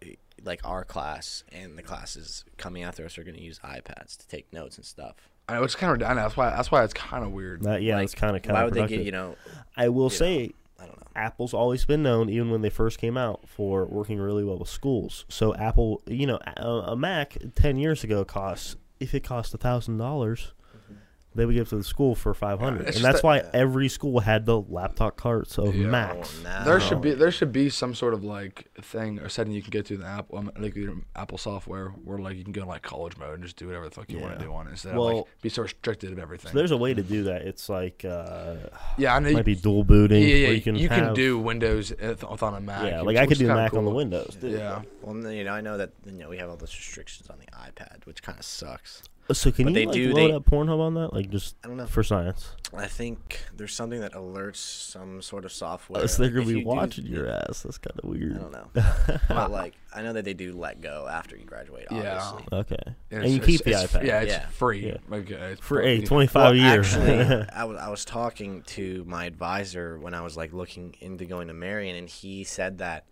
eh, like our class and the classes coming after us are going to use iPads to take notes and stuff. I know it's kind of redundant. That's why that's why it's kind of weird. That- yeah, it's kind of Why kind would of they get you productive. know? I will know, say, I don't know. Apple's always been known, even when they first came out, for working really well with schools. So Apple, you know, a, a Mac ten years ago costs if it cost a thousand dollars, Mm-hmm. they would give it to the school for five hundred, and it's just that's that- why every school had the laptop carts of Yeah. Macs. Oh, no. There should be there should be some sort of like thing or setting you can get to the Apple um, like your Apple software where like you can go in like college mode and just do whatever the fuck you want Yeah. to do on it instead of Well- like be so restricted of everything. So there's a way to do that. It's like uh, yeah, I know. might be dual booting. yeah, yeah, where you can, have- do Windows with- on a Mac. Yeah, which- like I which could is do kinda Mac on the cool. Windows. dude. Yeah, Well, no, you know, I know that you know we have all those restrictions on the iPad, which kind of sucks. So can But you they like do- load they- up Pornhub on that? Like just I don't know. for science? I think there's something that alerts some sort of software. Oh, so they're like, gonna if be you do- watching your ass. That's kind of weird. I don't know, but like I know that they do let go after you graduate. Yeah. Obviously. Okay. And And, you it's- keep the it's- it's- iPad. Yeah, it's Yeah. free. Yeah. Like, uh, it's for pro- a you know, 25 years. Actually, I was I was talking to my advisor when I was like looking into going to Marion, and he said that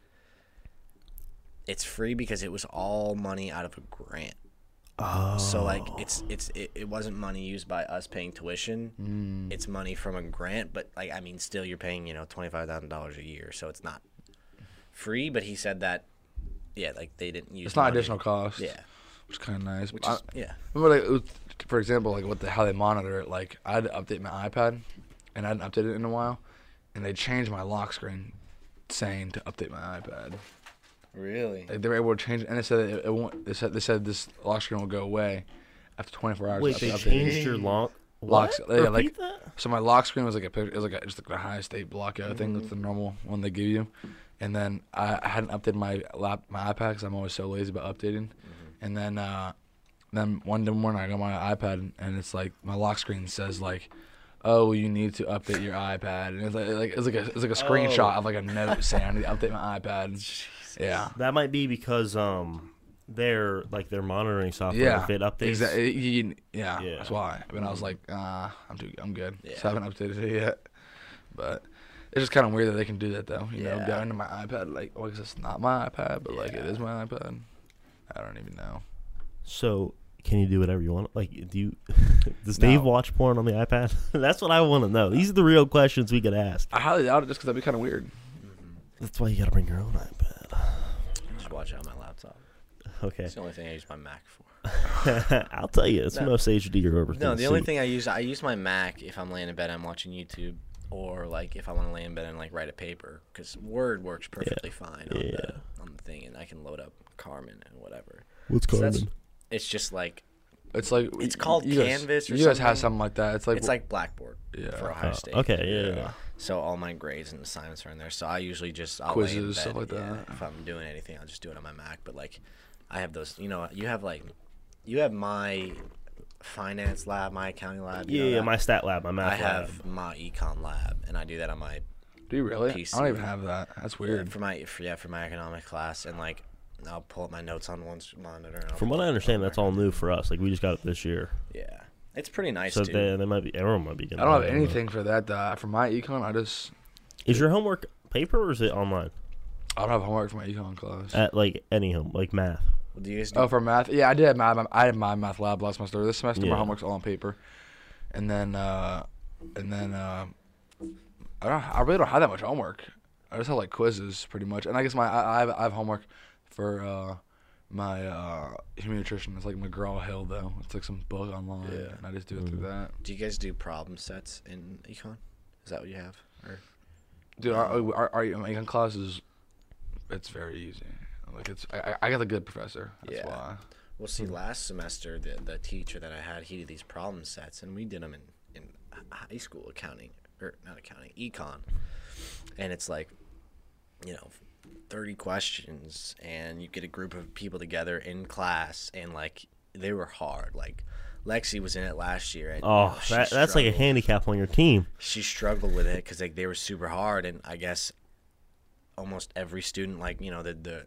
it's free because it was all money out of a grant. oh, So like it's it's it, it wasn't money used by us paying tuition. Mm. It's money from a grant, but like I mean, still you're paying you know twenty five thousand dollars a year, so it's not free. But he said that yeah, like they didn't use It's not money. additional cost. Yeah. which is kind of nice. Which I- is, yeah, Remember, like, with- for example, like what the how they monitor it. Like, I had to update my iPad, and I hadn't updated it in a while, and they changed my lock screen, saying to update my iPad. really. Like, they were able to change, it, and they said it, it won't. They said they said this lock screen will go away after 24 hours. wait, after they updating. changed your lock. Locks- What? yeah, like- Repeat that? So my lock screen was like a picture. It was like a, just like a high state blockout thing. That's the normal one they give you. And then I, I hadn't updated my lap my iPad because I'm always so lazy about updating. And then uh, then one day morning I got my iPad and it's like my lock screen says like. Oh, you need to update your iPad, and it's like, like it's like a it's like a screenshot of like a note saying I need to update my iPad. Yeah, That might be because um, they're like their monitoring software. yeah, If it updates. Exactly. You- you- yeah, Yeah. that's why. But I was like, ah, I'm too, I'm good. Mm. Yeah. So I haven't updated it yet. But it's just kind of weird that they can do that though. You know, Yeah. go into my iPad like, well, 'cause it's not my iPad, but like it is my iPad. I don't even know. So can you do whatever you want? Like, do you? does No. Dave watch porn on the iPad? That's what I want to know. These are the real questions we could ask. I highly doubt it just 'cause that'd be kind of weird. That's why you gotta bring your own iPad. Just watch it on my laptop. Okay. It's the only thing I use my Mac for. I'll tell you, it's No. most HD or over. No, the only thing I use I use my Mac if I'm laying in bed, I'm watching YouTube, or like if I want to lay in bed and like write a paper, because Word works perfectly fine on, Yeah. the, on the thing, and I can load up Carmen and whatever. What's So Carmen? that's- it's just like It's like It's called Canvas or you guys have something. something like that. It's like it's like Blackboard Yeah. for Ohio Oh, State. okay. Yeah. Yeah. So all my grades and assignments are in there. So I usually just I'll lay in Quizzes, stuff bed, like yeah. that. If I'm doing anything, I'll just do it on my Mac. But like, I have those. You know, you have like, you have my finance lab, my accounting lab. you Yeah. know yeah, that. my stat lab, my math lab. I have my econ lab, and I do that on my do you really? PC. I don't even have that. That's weird. for my for, yeah for my economic class, and like I'll pull up my notes on one s- monitor. And I'll From what pull I up understand, another. that's all new for us. Like we just got it this year. Yeah, It's pretty nice, so dude. they, they might be everyone might be getting. I don't that, have know. anything for that. Uh, for my econ, I just Is your homework paper or is it online? I don't have homework for my econ class. At like any home, like math. Well, do you guys do oh, for math, yeah, I did have my I had my math lab last semester. This semester, Yeah. my homework's all on paper, and then uh, and then uh, I don't. I really don't have that much homework. I just have like quizzes pretty much, and I guess my I, I, have, I have homework for uh, my uh, human nutrition. It's like McGraw Hill though. It's like some book online, Yeah. and I just do it through that. do you guys do problem sets in econ? Is that what you have? Or Dude, our our, our econ class is it's very easy. Like it's I, I- I got a good professor. That's Yeah. why. Well, see, Hmm. last semester the the teacher that I had, he did these problem sets, and we did them in in h- high school accounting or not accounting econ, and it's like, you know, thirty questions, and you get a group of people together in class, and like they were hard. Like Lexi was in it last year, and you Oh, know, she that, that's like a struggled- handicap on your team. she struggled with it because like they were super hard, and I guess almost every student, like you know, the the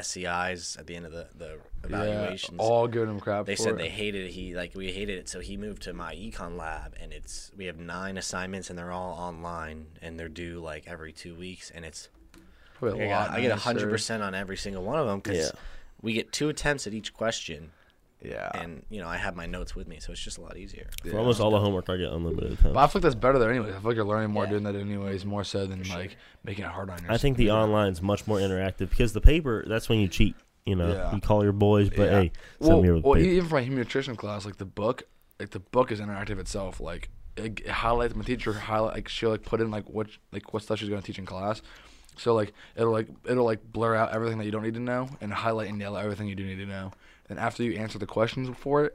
SEIs at the end of the the evaluations. Yeah, all giving him crap. They for said it. they hated it. He like we hated it, so he moved to my econ lab, and it's we have nine assignments, and they're all online, and they're due like every two weeks, and it's Probably I a got- lot I get nicer. hundred percent on every single one of them because Yeah. we get two attempts at each question, Yeah. and you know I have my notes with me, so it's just a lot easier. For almost all the homework, I get unlimited But time. I feel like that's better though. Anyways, I feel like you're learning more Yeah. doing that anyways, more so than like making it hard on yourself. I think the online's much more interactive because the paper. That's when you cheat. You know, Yeah. you call your boys, but Yeah. hey, send well, me over the well, paper. even for my human nutrition class, like the book, like the book is interactive itself. Like it it highlights my teacher highlight like she'll like put in like what like what stuff she's gonna teach in class. So like it'll like it'll like blur out everything that you don't need to know and highlight and yellow everything you do need to know. And after you answer the questions for it,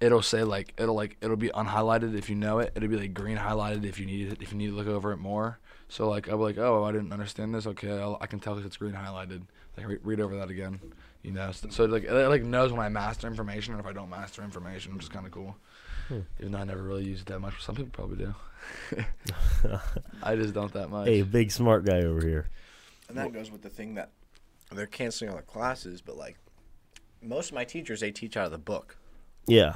it'll say like it'll like it'll be unhighlighted if you know it. It'll be like green highlighted if you need it if you need to look over it more. So like I'll be like oh I didn't understand this okay I'll, I can tell if it's green highlighted like re- read over that again you know so, so like it like knows when I master information and if I don't master information which is kind of cool Hmm. even though I never really used it that much but some people probably do I just don't that much hey, big smart guy over here. And that goes with the thing that They're canceling all the classes, but like most of my teachers, they teach out of the book, Yeah,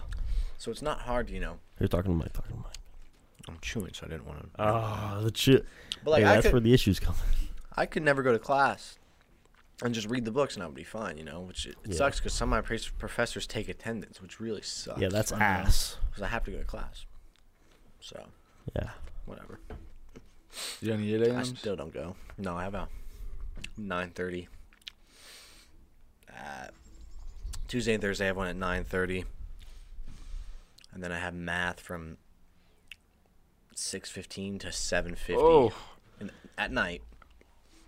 so it's not hard, you know. you're talking to Mike. Talking to Mike. I'm chewing, so I didn't want to. Ah, Oh, the shit. But like hey, I that's could, where the issues come. I could never go to class and just read the books and I would be fine, you know, which it, it Yeah. sucks because some of my pres- professors take attendance, which really sucks. Yeah, that's I ass. Because I have to go to class. So, Yeah. whatever. you got any eight I AMs? still don't go. No, I have a 9.30. Uh, Tuesday and Thursday I have one at 9.30. And then I have math from 6.15 to 7.50 oh and at night.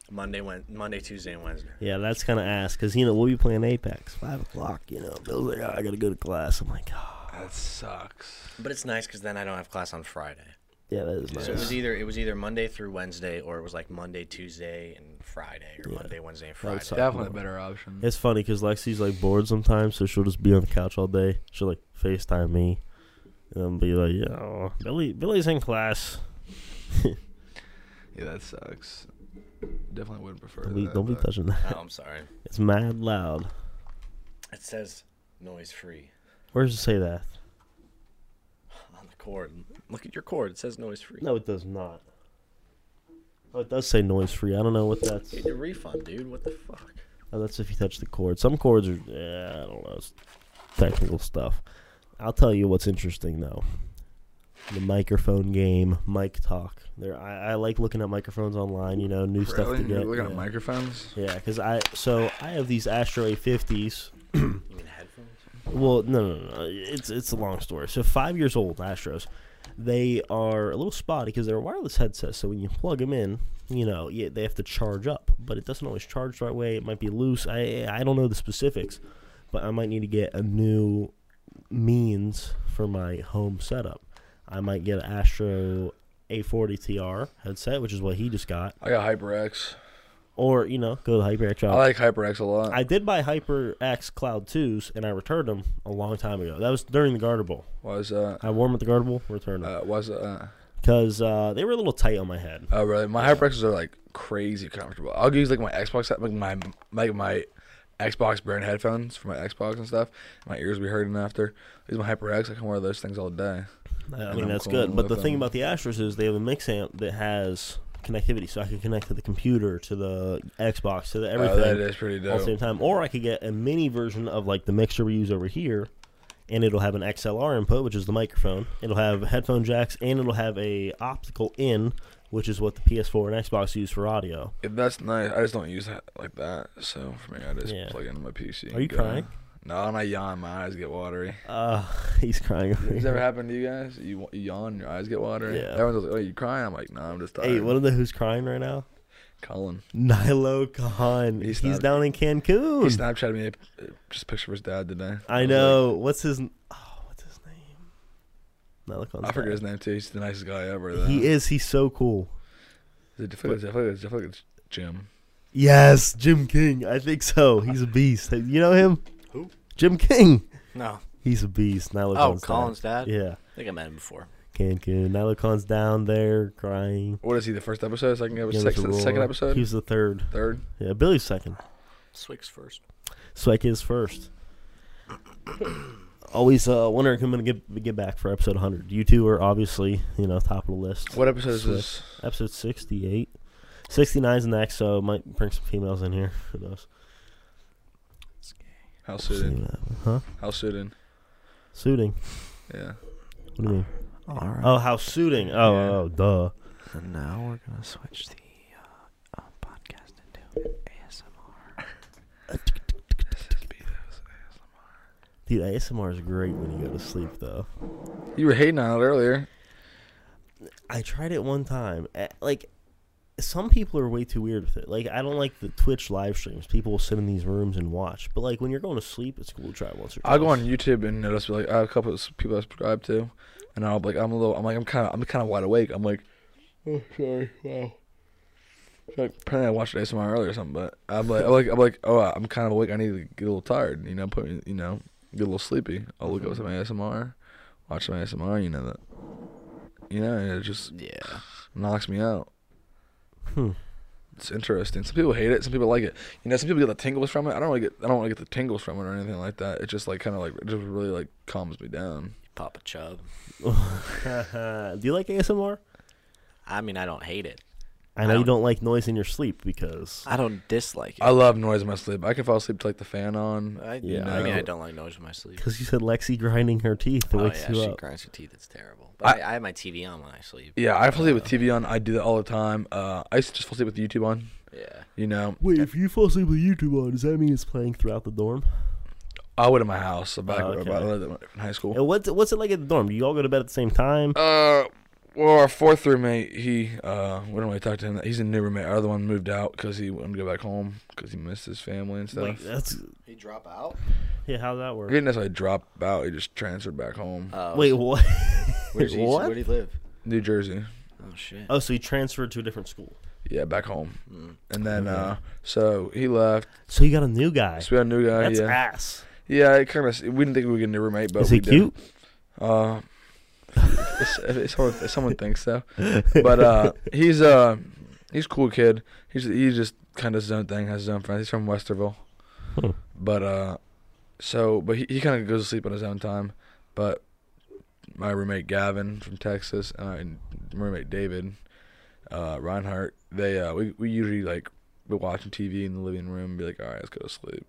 Monday, Wed Monday, Tuesday, and Wednesday. Yeah, that's kind of ass because you know we'll be playing Apex five o'clock. You know, Bill's like, oh, I gotta go to class. I'm like, oh, that sucks But it's nice because then I don't have class on Friday. yeah, that is nice. So it was either it was either Monday through Wednesday, or it was like Monday, Tuesday, and Friday, or Monday, Wednesday, and Friday. suck. definitely a better option It's funny because Lexi's like bored sometimes, so she'll just be on the couch all day. She'll like FaceTime me and then be like, "Yeah, oh, Billy, Billy's in class. yeah that sucks definitely wouldn't prefer Don't be, that, don't be but- touching that. oh, I'm sorry. It's mad loud. It says noise free Where does it say that? on the cord. Look at your cord. It says noise free. No, it does not. Oh, it does say noise free. I don't know what that's. Get your refund, dude. What the fuck? Oh, that's if you touch the cord. Some cords are. Yeah, I don't know. It's technical stuff. I'll tell you what's interesting though. The microphone game, mic talk. There, I, I like looking at microphones online. You know, new stuff to Really? You're get. looking yeah. at microphones? Yeah, because I so I have these Astro A50s. You mean headphones? Well, no, no, no. It's it's a long story. So five years old Astros, they are a little spotty because they're wireless headsets. So when you plug them in, you know, yeah, they have to charge up, but it doesn't always charge the right way. It might be loose. I I don't know the specifics, but I might need to get a new means for my home setup. I might get an Astro A40 TR headset, which is what he just got, I got HyperX. or you know, go to HyperX. I shop. like HyperX a lot. I did buy HyperX Cloud 2s and I returned them a long time ago. That was during the Garter Bowl. why is that? I wore them at the Garter Bowl, returned them. Uh, why is that? Because uh, they were a little tight on my head. Oh, really? My HyperXs are like crazy comfortable. I'll use like my Xbox, like my like my Xbox brand headphones for my Xbox and stuff. My ears be hurting after. These my HyperX. I can wear those things all day. I And mean I'm that's cool good. But with the thing them. about the Astros is they have a mix amp that has connectivity, so I can connect to the computer, to the Xbox, to the Oh, that everything is pretty all at the same dope. time. Or I could get a mini version of like the mixer we use over here, and it'll have an XLR input, which is the microphone. It'll have headphone jacks, and it'll have a optical in, which is what the PS4 and Xbox use for audio. Yeah, That's nice. I just don't use that like that. So for me, I just Yeah. plug into my PC. Are you and go. crying? No, when I yawn, my eyes get watery. Uh, he's crying. over Has here. that ever happened to you guys? You, wa- you yawn, your eyes get watery. Yeah. Everyone's like, "Oh, you crying?" I'm like, "No, I'm just tired." Hey, one of the who's crying right now? Colin. Nilo Khan. He's He's, not- down in Cancun. He Snapchatted me a, uh, just a picture of his dad today. I was know. what's his? Oh, what's his name? Nilo Khan's Like, I forget dad. his name too. He's the nicest guy ever. Though. He is. He's so cool. Is it- I feel like it's- I feel like it's- I feel like it's Jim. Yes, Jim King. I think so. He's a beast. Hey, You know him? Who? Jim King. No. He's a beast. Nilo Oh, Khan's dad. Colin's dad. Yeah, I think I met him before. Cancun. Nilo Khan's down there crying. What is he? The first episode, second Give episode, us sixth, a the second roar. episode, He was the third. third. Yeah, Billy's second. Swix first. Swike is first. Always uh, wondering if I'm gonna get get back for episode 100. You two are obviously you know top of the list. What episode is Switch. this? Episode 68. 69 is next, so it might bring some females in here. Who knows? How suited? Huh? How suited? Suiting. Yeah. What do you mean? All right. Oh, how suiting. Oh, Yeah. oh, duh. And now we're gonna switch the uh, uh, podcast into ASMR. Dude, ASMR is great when you go to sleep, though. You were hating on it earlier. I tried it one time. Eh, Like, some people are way too weird with it. Like, I don't like the Twitch live streams. People will sit in these rooms and watch. But, like, when you're going to sleep, it's cool to try it once or twice. I'll go on YouTube and notice like I have a couple of people I subscribe to, and I'll be like I'm a little I'm like I'm kind of I'm kind of wide awake. I'm like, oh sorry, wow. Like, apparently I watched ASMR earlier or something, but I'm like I'm like I'm like oh I'm kind of awake. I need to get a little tired. You know, put me you know get a little sleepy. I'll look up some ASMR, watch some ASMR. You know that. You know, and it just Yeah. knocks me out. Hmm. It's interesting. Some people hate it. Some people like it. You know, some people get the tingles from it. I don't really get. I don't want to get the tingles from it or anything like that. It just like kind of like it just really like calms me down. Papa Chubb. Do you like ASMR? I mean, I don't hate it. I know you don't- don't like noise in your sleep because. I don't dislike it. I love noise in my sleep. I can fall asleep to like the fan on. I, Yeah, I mean, no. I don't like noise in my sleep. Because you said Lexi grinding her teeth Oh wakes yeah, you she up. grinds her teeth. It's terrible. But I, I have my TV on when I sleep. Yeah, I fall asleep with TV on. I do that all the time. Uh, I used to just fall asleep with YouTube on. Yeah. You know, Wait, if you fall asleep with YouTube on, does that mean it's playing throughout the dorm? I would in my house back Oh, okay. about in high school. And what's what's it like at the dorm? Do you all go to bed at the same time? Uh, well, our fourth roommate, he uh, we don't really talk to him. He's a new roommate. Our other one moved out because he wanted to go back home because he missed his family and stuff. Like that's He drop out. yeah. How that He work? didn't necessarily drop out. He just transferred back home, Oh, Wait, so what? where's he, what? Where do you live? New Jersey. Oh shit. Oh, so you transferred to a different school. Yeah, back home. Mm. And then, Okay. uh, so he left. So you got a new guy. So we had a new guy. That's yeah, ass. yeah. It kind of. We didn't think we would get a new roommate, but Is we he cute? Did. Oh, Uh, if, if- if someone, if someone thinks so, but uh, he's uh, he's a cool kid. He's he just kind of his own thing, has his own friends. He's from Westerville, Hmm. but uh, so but he, he kind of goes to sleep on his own time. But my roommate Gavin from Texas uh, and roommate David uh, Reinhardt, they uh, we we usually like be watching TV in the living room and be like, all right, let's go to sleep.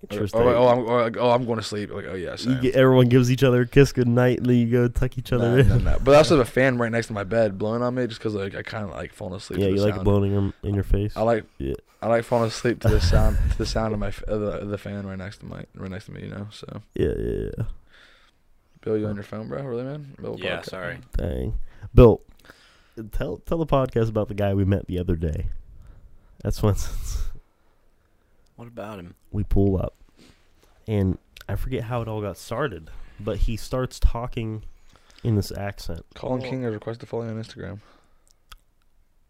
Or, Interesting. or, oh, I'm or, like, oh I'm going to sleep. Like oh yeah, you same. get, everyone gives each other a kiss goodnight, and then you go tuck each Nah, other in. nah, nah. But I also have a fan right next to my bed blowing on me just because like I kind of like falling asleep. Yeah, to you the like sound. it blowing in your, in your face. I like Yeah. I like falling asleep to the sound to the sound of my f- of the, of the fan right next to my right next to me. You know, so yeah, yeah, yeah. Bill, you on your phone, bro? Really, man? Bill, yeah. podcast. Sorry. Dang, Bill, tell tell the podcast about the guy we met the other day. That's when What about him? we pull up, and I forget how it all got started, but he starts talking in this accent. Colin King has requested to follow you on Instagram.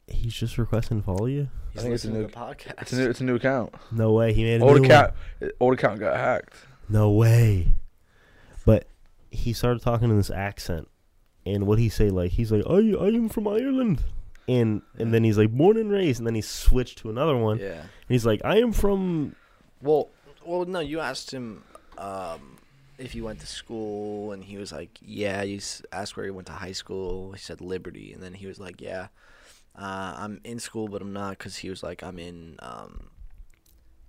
He's just requesting to follow you. He's think it's a listening new- to the podcast. It's a new it's a new account. No way. He made a Old new account old account got hacked. One. No way. But he started talking in this accent, and what he say like he's like I I am from Ireland, and and then he's like born and raised, and then he switched to another one, yeah. and he's like I am from Well, Well, no, you asked him um, if he went to school, and he was like, "Yeah." You s- asked where he went to high school. He said Liberty, and then he was like, "Yeah, uh, I'm in school, but I'm not," because he was like, "I'm in um,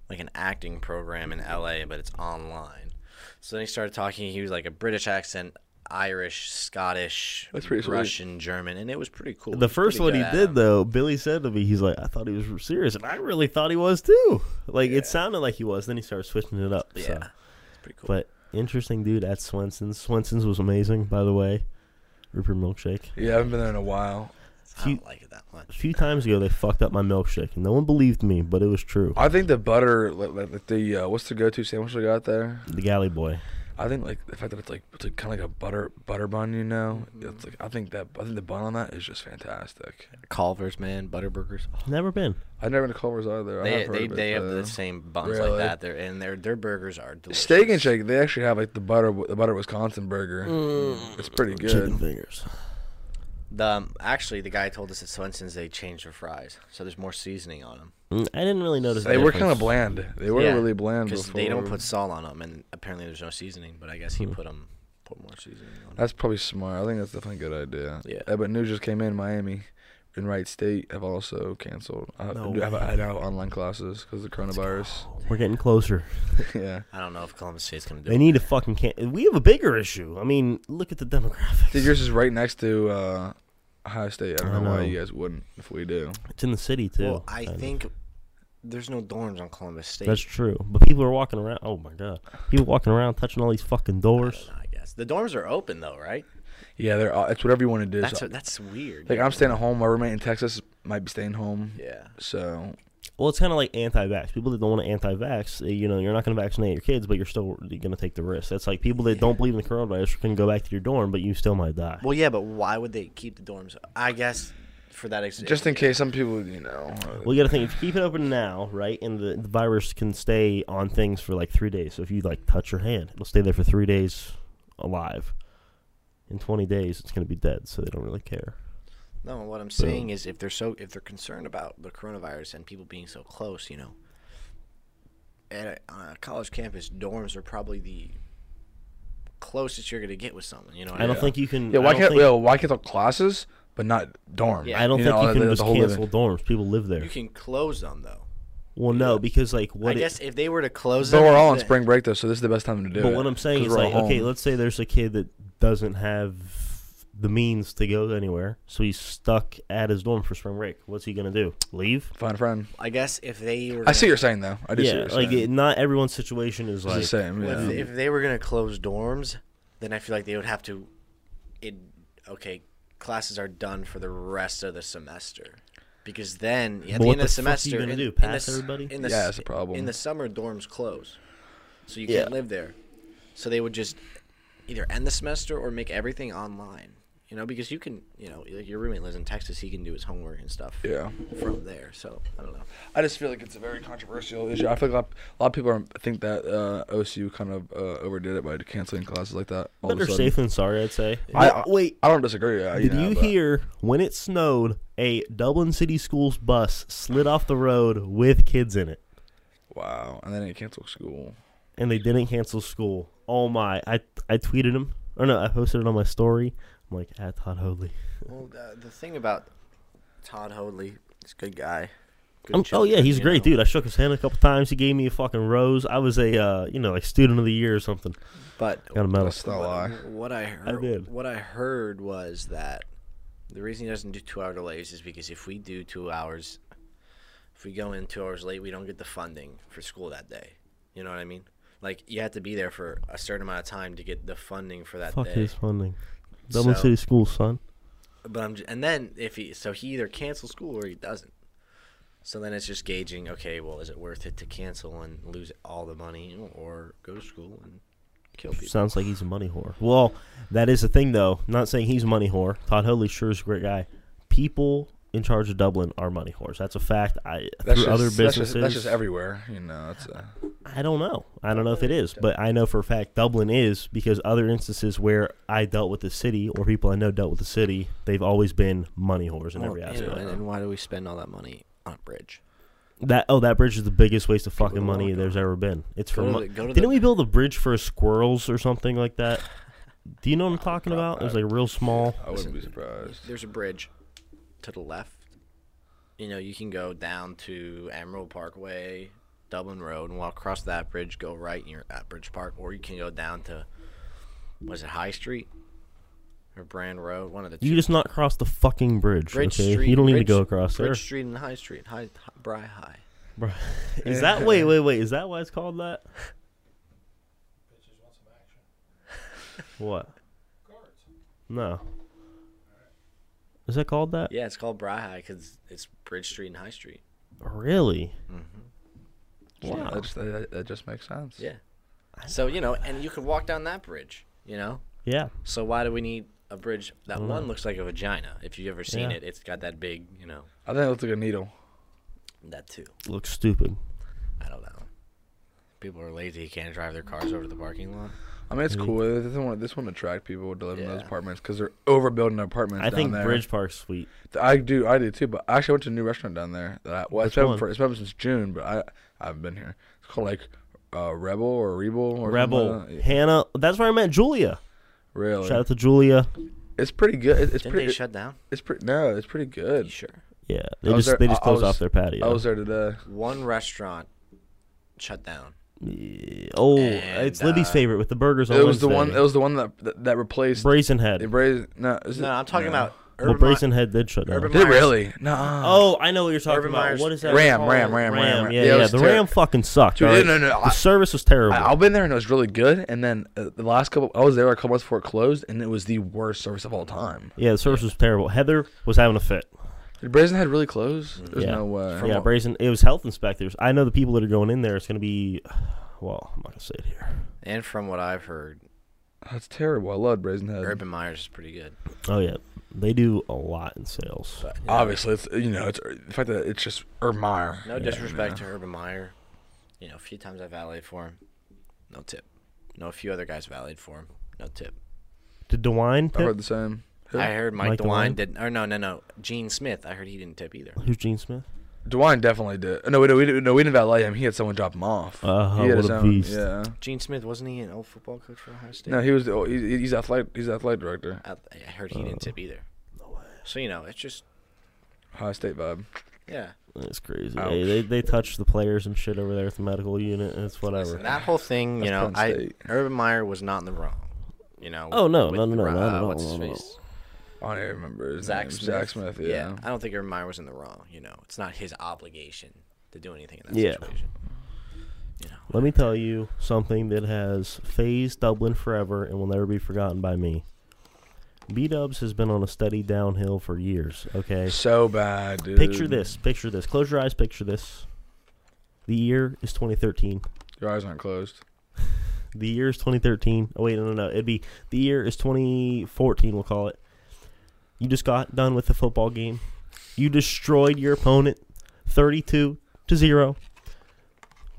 like an acting program in LA, but it's online." So then he started talking. He was like a British accent. Irish, Scottish, That's pretty sweet. Russian, German, and it was pretty cool. It The was first pretty one he good at did him. though, Billy said to me, he's like, I thought he was serious, and I really thought he was too. Like it sounded like he was. Then he started switching it up. Yeah, So. it's pretty cool. But interesting dude at Swenson's. Swenson's was amazing, by the way. Rupert milkshake. Yeah, I haven't been there in a while. I few- don't like it that A much. few times ago, they fucked up my milkshake, and no one believed me, but it was true. I think the butter, like, like, like the uh, what's the go-to sandwich I got there? The galley boy. I think like the fact that it's like it's like kind of like a butter butter bun, you know. It's like I think that I think the bun on that is just fantastic. Culver's, man, Butterburgers. oh, Never been. I've never been to Culver's either. I They have heard they, of it, they have though. the same buns Really? like that. They're and their their burgers are delicious. Steak and Shake. They actually have like the butter the butter Wisconsin burger. Mm. Mm. It's pretty Chicken good. fingers. The, um, actually, the guy told us at Swenson's they changed their fries, so there's more seasoning on them Mm, I didn't really notice. They the were kind of difference. bland. They were Yeah, really bland because before. Hmm. they don't put salt on them, and apparently there's no seasoning. But I guess he put them put more seasoning on. 'em. That's probably smart. I think that's definitely a good idea. Yeah. Uh, but news just came in. Miami and Wright State have also canceled. I, No I, have, way. I now have online classes because of the coronavirus. We're getting closer. yeah. I don't know if Columbus State's gonna do. They it. need a fucking can. We have a bigger issue. I mean, look at the demographics. Dude, yours is right next to uh, Ohio State. I don't I know, why know. you guys wouldn't if we do. It's in the city too. Well, I kind of. think there's no dorms on Columbus State. that's true. But people are walking around. Oh my god, people walking around touching all these fucking I, doors. don't know, I guess the dorms are open though, right? Yeah, they're all, it's whatever you want to do. That's So, that's weird. like I'm staying at home. My roommate in Texas might be staying home. yeah. So Well, it's kind of like anti-vax. People that don't want to anti-vax, eh, you know, you're not going to vaccinate your kids, but you're still going to take the risk. That's like people that don't believe in the coronavirus can go back to your dorm, but you still might die. Well, yeah, but why would they keep the dorms? I guess for that ex- just in case, some people, you know, uh, Well, you got to think if you keep it open now, right, and the, the virus can stay on things for like three days. So if you like touch your hand, it'll stay there for three days alive. In 20 days, it's going to be dead, so they don't really care. No, what I'm saying is if they're so if they're concerned about the coronavirus and people being so close, you know, at a, on a college campus, dorms are probably the closest you're gonna get with someone. You know, what I don't mean? think you can. yeah. I Why don't can't think- yo, why cancel classes but not dorm? Yeah. I don't You think know, you can the- just the whole cancel living- dorms. People live there. you can close them though. well, no, because like what? I it- guess if they were to close But them, we're all on then- spring break though, so this is the best time to do it. But what I'm saying 'cause is we're all like, okay, home. let's say there's a kid that doesn't have the means to go anywhere, so he's stuck at his dorm for spring break. What's he gonna do? Leave? find a friend. I guess if they were, I see what gonna- you're saying though. I do see yeah, what you're like saying. it, not everyone's situation is it's like. the same. Well, Yeah. if, if they were gonna close dorms, then I feel like they would have to. It okay, classes are done for the rest of the semester, because then But at the what end of the the fuck you semester, gonna in, do, in pass the, s- everybody? In the, Yeah, s- that's a problem. In the summer, dorms close, so you Yeah. can't live there. So they would just either end the semester or make everything online. You know, because you can, you know, like your roommate lives in Texas, he can do his homework and stuff yeah. from there. So I don't know. I just feel like it's a very controversial issue. I feel like a lot, a lot of people are, think that uh, OCU kind of uh, overdid it by canceling classes like that. All Better of a safe sudden. than sorry, I'd say. I, No, I, wait, I don't disagree. uh, did know, you but- hear when it snowed? A Dublin City Schools bus slid off the road with kids in it, Wow. And then it canceled school. and they didn't cancel school. Oh my! I I tweeted him, or no, I posted it on my story. I'm like "Ah, at Todd Hoadley. Well, uh, the thing about Todd Hoadley, he's a good guy. Good Um, oh yeah, children, he's a you great know. dude. I shook his hand a couple times. He gave me a fucking rose. I was a uh, you know like student of the year or something. But Got a medal. That's not a what, lie. what I heard, did. what I heard was that the reason he doesn't do two-hour delays is because if we do two hours, if we go in two hours late, we don't get the funding for school that day. You know what I mean? Like you have to be there for a certain amount of time to get the funding for that Fuck day. his funding. Dublin So- City Schools, son. But I'm j- and then if he so he either cancels school or he doesn't. So then it's just gauging. Okay, well, is it worth it to cancel and lose all the money, or go to school and kill people? Sounds like he's a money whore. Well, that is the thing though. Not saying he's a money whore. Todd Hoadley sure is a great guy. People in charge of Dublin are money whores. That's a fact. I That's through just, other that's businesses. just, that's just everywhere. You know, it's uh I don't know. I don't know if it is, but I know for a fact Dublin is because other instances where I dealt with the city or people I know dealt with the city, Oh, they've always been money whores in every Well, aspect. and, and why do we spend all that money on a bridge? That oh, that bridge is the biggest waste of fucking don't money wanna go. there's ever been. It's for Go to mo- the- go to didn't the- we build a bridge for squirrels or something like that? Do you know what I'm Oh, talking God. about? It was like real small. I wouldn't be Listen, surprised. There's a bridge to the left. You know, you can go down to Emerald Parkway, Dublin Road, and walk across that bridge, go right, and you're at Bridge Park. Or you can go down to, was it High Street? Or Brand Road? One of the You two. can just not cross the fucking bridge. Bridge okay, Street. you don't need Bridge- to go across Bridge there. Street and High Street. High, Hi- Bri High. Bru- is that wait wait wait? Is that why it's called that? what? No. Is that called that? Yeah, it's called Bri High because it's Bridge Street and High Street. Really? Yeah, that, just, that, that just makes sense. Yeah. So, you know, and you can walk down that bridge, you know? Yeah. So why do we need a bridge? That one looks like a vagina. If you've ever seen Mm. Yeah. it, it's got that big, you know, I think it looks like a needle. that too. Looks stupid. I don't know. People are lazy. Can't drive their cars over to the parking lot. I mean, it's cool. This one, this one attract people to live in those Yeah. apartments because they're overbuilding apartments. I down think there. Bridge Park's sweet. I do, I do too. But I actually went to a new restaurant down there. That I, well, it's Which been one? for, it's been since June, but I I haven't been here. It's called like uh, Rebel or Rebel or something Rebel, like that. Hannah. That's where I met Julia. Really, Shout out to Julia. it's pretty good. It- It's Didn't pretty. they shut down? it's pretty. No, it's pretty You good. sure? Yeah, they I was just there- they just I- I closed was- off their patio. I was there today. One restaurant shut down. Yeah. oh, And, it's Libby's uh, favorite with the burgers. It on was the one. Wednesday. It was the one that that, that replaced. Brazenhead. it raised- no, is it- No, I'm talking no. about well, Urban Meyer- Brazenhead did shut down. Urban Did it Myers. really? No. uh-uh. Oh, I know what you're talking Urban about. Myers- What is that? Ram, called? Ram, Ram, Ram, Ram. Yeah, Yeah, yeah. it was the ter- Oh, Ram fucking sucked. Dude, all right? no, no, the I- service was terrible. I, I've been there and it was really good. And then uh, the last couple, I was there a couple months before it closed, and it was the worst service of all time. yeah, the service was terrible. Heather was having a fit. Did Brazen had really closed? There's yeah. no way. yeah, Brazen. It was health inspectors. I know the people that are going in there. It's going to be. Well, I'm not going to say it here. And from what I've heard, That's terrible. I loved Brazen Uh, Head. Urban Myers is pretty good. Oh yeah, they do a lot in sales. But Obviously, it's you know it's the fact that it's just Ermire. no disrespect to Urban Meyer. You know, a few times I valeted for him. No tip. No, a few other guys valeted for him. No tip. Did DeWine I tip? heard the same. Who? I heard Mike, Mike DeWine DeWine? didn't. Or no, no, no. Gene Smith. I heard he didn't tip either. Who's Gene Smith? Dwayne definitely did. No, we, no, we, didn't- no, we didn't valet him. He had someone drop him off. Uh-huh, he had what his a own. beast. Yeah. Gene Smith wasn't he an old football coach for Ohio State? No, he was. The, oh, he, he's athletic. He's athletic director. I, I heard he Oh. didn't tip either. So you know, it's just High state vibe. yeah. That's crazy. Ouch. Hey, they they touch the players and shit over there at the medical unit. It's whatever. Listen, that whole thing, you know, Penn I State. Urban Meyer was not in the wrong. You know. Oh, no, with no, no, no, Ra- not at uh, all, What's his no, no. face? I don't even remember his Zach name. Smith. Zach Smith. Yeah. I don't think Urban Meyer was in the wrong. You know, it's not his obligation to do anything in that Yeah. situation. Let me tell you something that has phased Dublin forever and will never be forgotten by me. B Dubs has been on a steady downhill for years, okay? So bad, dude. Picture this, picture this. Close your eyes, picture this. The year is 2013. Your eyes aren't closed. The year is 2013. Oh, wait, no, no, no. It'd be the year is 2014, we'll call it. You just got done with the football game. You destroyed your opponent 32 to 0.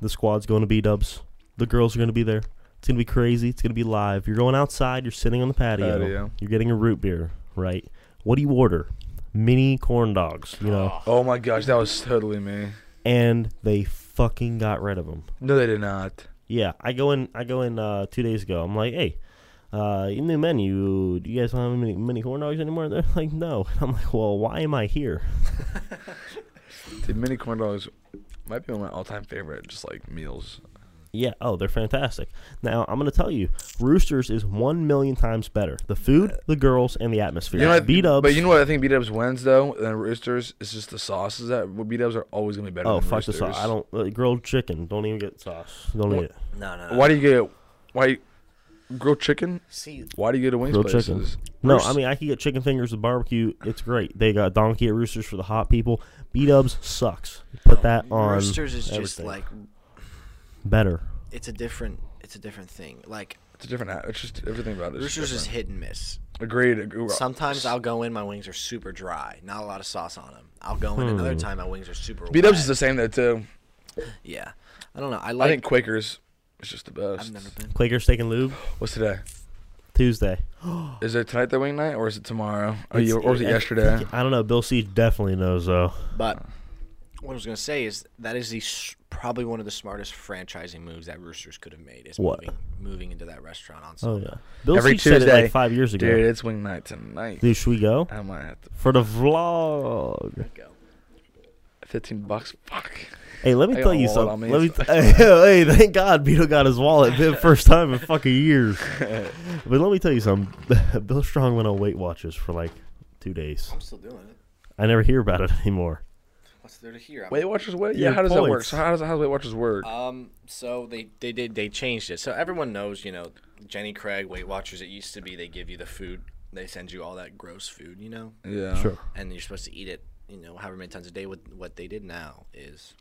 The squad's going to be dubs. The girls are going to be there. It's going to be crazy. It's going to be live. You're going outside. You're sitting on the patio. Patio. You're getting a root beer, right? What do you order? Mini corn dogs, you know? Oh my gosh, that was totally me. And they fucking got rid of them. No, they did not. Yeah, I go in. I go in uh, two days ago. I'm like, hey, uh, in the menu, do you guys don't have many many corn dogs anymore? They're like, no. I'm like, well, why am I here? The mini corn dogs might be one of my all-time favorite, just like meals. Yeah. Oh, they're fantastic. Now I'm gonna tell you, Roosters is one million times better. The food, the girls, and the atmosphere. You know what? Beat up. But you know what? I think beat ups wins though. And roosters, it's just the sauces that beat ups are always gonna be better. Oh than fuck roosters. the sauce! I don't uh, grilled chicken. Don't even get sauce. Don't eat it. No, no, no. Why do you get why grilled chicken? See, Why do you get a wings Grilled places? chicken. No, Roos- I mean I can get chicken fingers with barbecue. It's great. They got donkey at Roosters for the hot people. B Dubs sucks. Put that on. Roosters is just everything. like better. it's a different, it's a different thing. Like it's a different. at- It's just everything about it. Roosters is different. hit and miss. agreed. agreed. Sometimes I'll go in, my wings are super dry, not a lot of sauce on them. I'll go in another time, my wings are super. beat ups Hmm. is the wet. same though too. yeah. I don't know. I I like. think Quakers is just the best. I've never been. Quaker steak and lube. What's today? Tuesday. Is it tonight their wing night or is it tomorrow? It's- Or, Oh, you, or was it I- yesterday? Oh. I don't know. Bill C definitely knows though. But What I was gonna say is that is the s- probably one of the smartest franchising moves that Roosters could have made is What? moving, moving into that restaurant on Oh Sunday. yeah, Bill Every Seach said it Tuesday, like five years ago. Dude, Dude, it's wing night tonight. should we go I might have to. for the vlog? Go. 15 bucks. Fuck. Hey, let me I got tell you a wallet on something. me, Let me so- hey, hey, thank God Beto got his wallet for the first time in fucking years. But let me tell you something. Bill Strong went on Weight Watchers for like two days. I'm still doing it. I never hear about it anymore. What's there to hear? I'm- Weight Watchers Weight? Your Yeah, how does that work? points. So how does, how does Weight Watchers work? Um, so they they did they changed it. So everyone knows, you know, Jenny Craig, Weight Watchers. It used to be they give you the food, they send you all that gross food, you know, yeah. Sure. and you're supposed to eat it, you know, however many times a day. What what they did now is,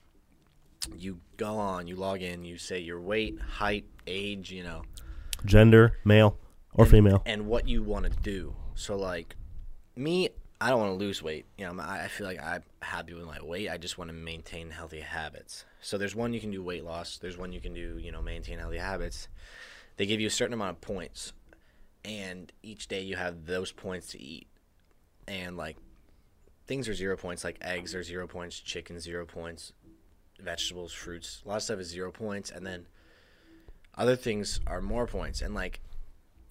you go on, you log in, you say your weight, height, age, you know, Gender, male or female. and what you want to do. So like, me, I don't want to lose weight. You know, I'm- I I feel like I'm happy with my weight. I just want to maintain healthy habits. So there's one you can do weight loss. There's one you can do you know maintain healthy habits. They give you a certain amount of points, and each day you have those points to eat, and like. Things are zero points, like eggs are zero points, chicken zero points, vegetables, fruits, a lot of stuff is zero points, and then other things are more points. And like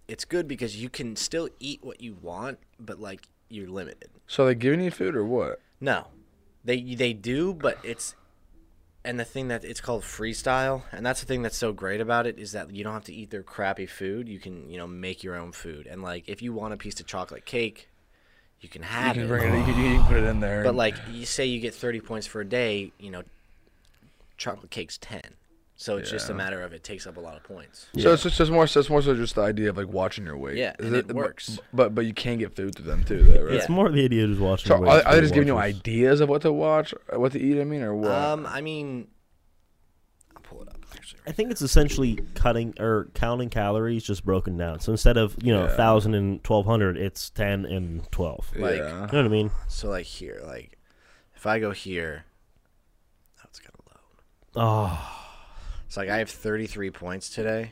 it's good because you can still eat what you want, but like you're limited. So they're giving you food or what? No, they they do, but it's and the thing that it's called freestyle, and that's the thing that's so great about it is that you don't have to eat their crappy food. You can you know make your own food, and like if you want a piece of chocolate cake, you can You have can it. bring it. You can, you can put it in there. But like you say, you get thirty points for a day. You know, chocolate cake's ten, so it's just a Yeah. matter of it takes up a lot of points. so it's just, just more. So it's more so just the idea of like watching your weight. Yeah, Is and it but- works. But but you can get food through them too, though, right? Yeah. It's more the idiot who's watching. So Weight are, are they Watchers. just giving you ideas of what to watch, uh, what to eat? I mean, or what? Um, I mean, I'll pull it up actually. I think it's essentially cutting or counting calories just broken down. So instead of you know Yeah. thousand and twelve hundred, it's ten and twelve. yeah. You like- know what I mean? So like here, like if I go here, oh, it's kind of low. Oh, So like I have 33 points today.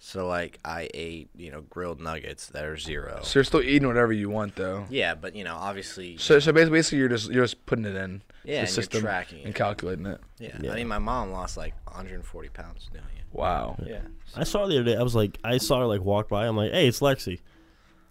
So like I ate, you know, grilled nuggets that are zero. so you're still eating whatever you want though. Yeah, but you know, obviously, So so basically, basically you're just you're just putting it in. yeah, the and you're system tracking and it. calculating it. Yeah. Yeah. I mean, my mom lost like 140 pounds doing it. Wow. Yeah, I saw her the other day. I was like, I saw her like walk by. I'm like, hey, it's Lexi.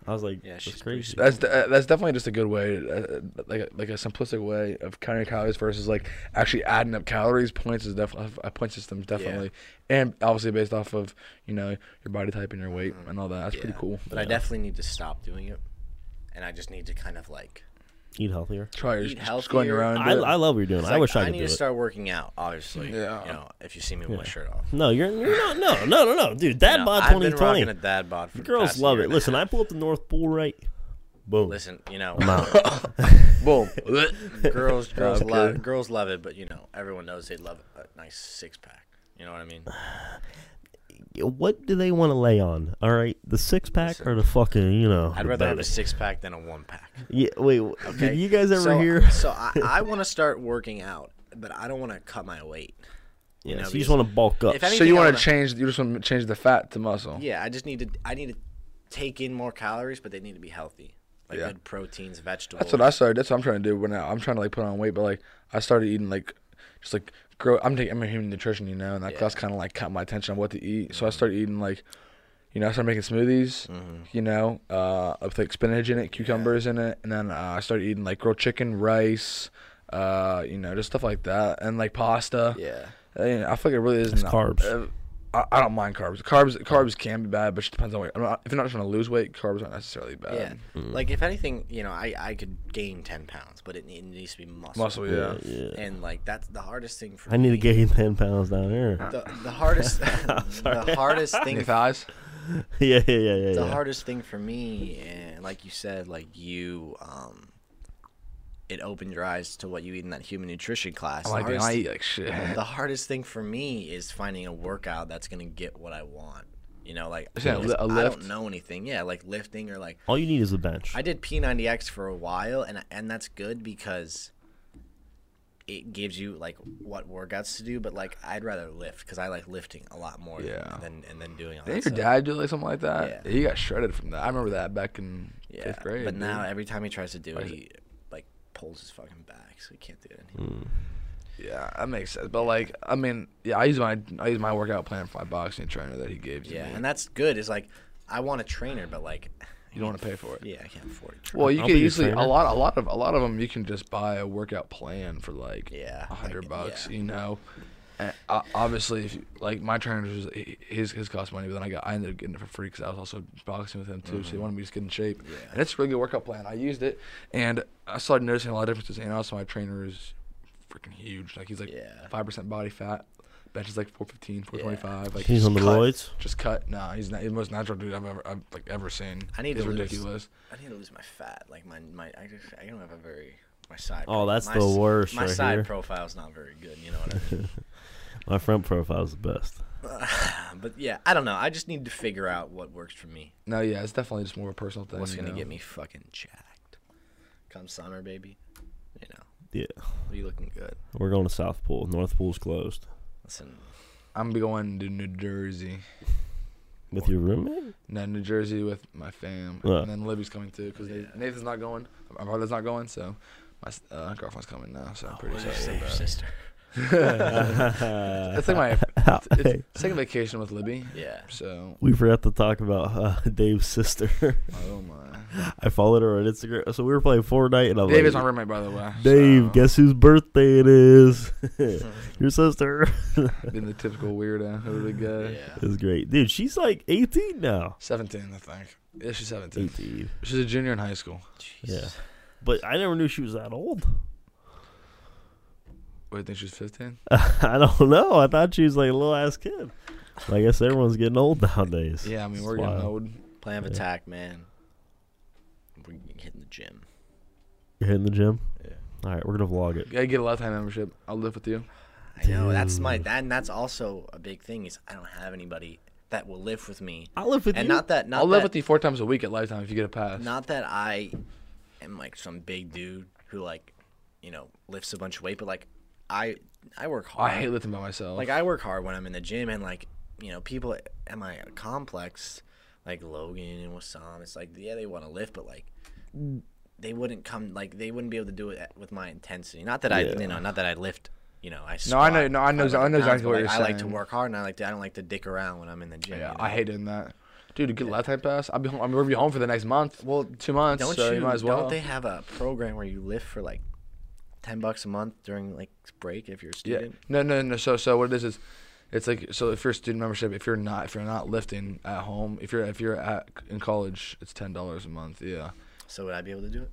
I was like, Yeah, that's she's pretty crazy. That's de- uh, that's definitely just a good way, uh, like a, like a simplistic way of counting calories versus like actually adding up calories. Points is definitely a point system definitely, and obviously based off of you know your body type and your weight and all that. That's Mm-hmm. Yeah. pretty cool. But I definitely need to stop doing it, and I just need to kind of like Eat healthier. Try eat just, just going healthier. around. I, I love what you're doing. It's I like, wish I could need do to it. start working out. Obviously, Yeah. You know, if you see me with my shirt off, No, you're, you're not. No, no, no, no, dude. Dad You know, bod I've been rocking 2020. a dad bod. For the Girls past love year it. and a Listen, half. I pull up the North Pole right. Boom. Listen, you know, Boom. girls, girls Okay. love, girls love it, but you know, everyone knows they love a nice six pack. You know what I mean? What do they want to lay on? All right, the six pack or the fucking you know? I'd the rather have belly? a six pack than a one pack. Yeah. Wait. w- Okay? Did you guys ever so, uh, hear? So I, I want to start working out, but I don't want to cut my weight. Yeah, so you know, just because want to bulk up. If anything, so you I want wanna- to change? You just want to change the fat to muscle. Yeah, I just need to. I need to take in more calories, but they need to be healthy, like Yeah. good proteins, vegetables. That's what I started. That's what I'm trying to do. But now I'm trying to like put on weight. But like I started eating like just like grow. I'm taking I'm a human nutrition, you know, and that, Yeah. Mm-hmm. that's kind of like caught my attention on what to eat. So I started eating like, you know, I started making smoothies, you know, uh, with like spinach in it, cucumbers in it, and then uh, I started eating like grilled chicken, rice, uh, you know, just stuff like that, and like pasta. yeah. I, mean, I feel like it really is That's not, carbs. uh, I, I don't mind carbs. Carbs, carbs can be bad, but it depends on weight. I'm not, if you're not trying to lose weight, carbs aren't necessarily bad. Yeah, Mm. like if anything, you know, I, I could gain ten pounds, but it, it needs to be muscle. Muscle, yeah. yeah. And like that's the hardest thing for I need to me. gain ten pounds down Uh, here. the, the hardest the hardest thing Your thighs. yeah, yeah, yeah, yeah. the yeah. hardest thing for me and like you said like you um it opened your eyes to what you eat in that human nutrition class I'm the, like, damn, I hardest, eat like shit. the hardest thing for me is finding a workout that's gonna get what i want you know like Yeah, because a i lift. don't know anything yeah like lifting or like All you need is a bench. I did P90X for a while, and and that's good because it gives you like what workouts to do. But like, I'd rather lift because I like lifting a lot more Yeah. than, than and then doing all Didn't that your stuff. dad do like something like that? Yeah. He got shredded from that. I remember that back in yeah. fifth grade. but dude. now every time he tries to do it, is he like pulls his fucking back, so he can't do it anymore. Mm. Yeah, that makes sense. But like, I mean, yeah, I use my I use my workout plan for my boxing trainer that he gave to Yeah, me. and that's good. Is like, I want a trainer, but like, you don't want to pay for it. yeah, I can't afford it. Well, you I'll can be your usually a trainer. lot, a lot of a lot of them. You can just buy a workout plan for like Yeah, a hundred like, bucks. yeah. You know, and o- obviously, if you, like my trainer was he- his his cost money, but then I got I ended up getting it for free because I was also boxing with him too. Mm-hmm. So he wanted me to just get in shape, and it's a really good workout plan. I used it, and I started noticing a lot of differences. And also, my trainer is freaking huge. Like he's like Yeah. five percent body fat, bench is like 415, 425. Like He's on the just cut- roids. Just cut. No, he's not, he's the most natural dude I've ever I've like ever seen. I need he's to lose- ridiculous. I need to lose my fat. Like my my, I, just, I don't have a very my side. Oh, that's my the s- worst My right side here. profile's not very good. You know what I mean? My front profile's the best. but yeah, I don't know. I just need to figure out what works for me. No, yeah, it's definitely just more of a personal thing. What's you gonna know? get me fucking jacked? Come summer, baby. You know, Yeah, we looking good. we're going to South Pool. North Pool's closed. Listen, I'm going to New Jersey. With your roommate? No, New Jersey with my fam, Uh. and then Libby's coming too because Nathan's not going. My brother's not going, so my s- uh, girlfriend's coming now. So I'm pretty Oh, what did you excited. say, your about it. sister? It's like my it's, it's second vacation with Libby. Yeah. So we forgot to talk about uh, Dave's sister. oh my. I followed her on Instagram. So we were playing Fortnite, and I'm Dave like, is my roommate, by the way. Dave, so- guess whose birthday it is? your sister. Been the typical weirdo hooded guy. Yeah. It's great, dude. She's like 18 now. 17, I think. Yeah, she's 17. 18. She's a junior in high school. Yeah, but I never knew she was that old. What do you think she's 15? I don't know. I thought she was like a little ass kid. I guess everyone's getting old nowadays. Yeah, I mean It's we're getting wild. old. Plan of Yeah. attack, man. We're hitting the gym. You're hitting the gym. Yeah. All right, we're gonna vlog it. Yeah, get a lifetime membership. I'll live with you. I know that's my Dude. that, and that's also a big thing is I don't have anybody that will live with me, I live with and you. not that not I'll that, live with you four times a week at lifetime if you get a pass. not that I am like some big dude who like you know lifts a bunch of weight, but like I I work I hard. hate living by myself. like I work hard when I'm in the gym, and like you know people at my complex, like Logan and Wassam, it's like yeah they want to lift, but like they wouldn't come like they wouldn't be able to do it at- with my intensity. Not that I Yeah. you know not that I lift. You know, I No, I know- squat no, I know- 500 I know pounds, exactly but, what like, you're I like to saying. work hard, and I like to. I don't like to dick around when I'm in the gym. yeah, you I know? hate doing that. Dude, get a lifetime pass. I'll be home. I'm gonna be home for the next month. Well, two months. Don't so you? you, might as well. Don't they have a program where you lift for like ten bucks a month during like break if you're a yeah. student? No, no, no. So, so what it is is, it's like so if you're a student membership, if you're not, if you're not lifting at home, if you're if you're at in college, it's ten dollars a month. Yeah. So would I be able to do it?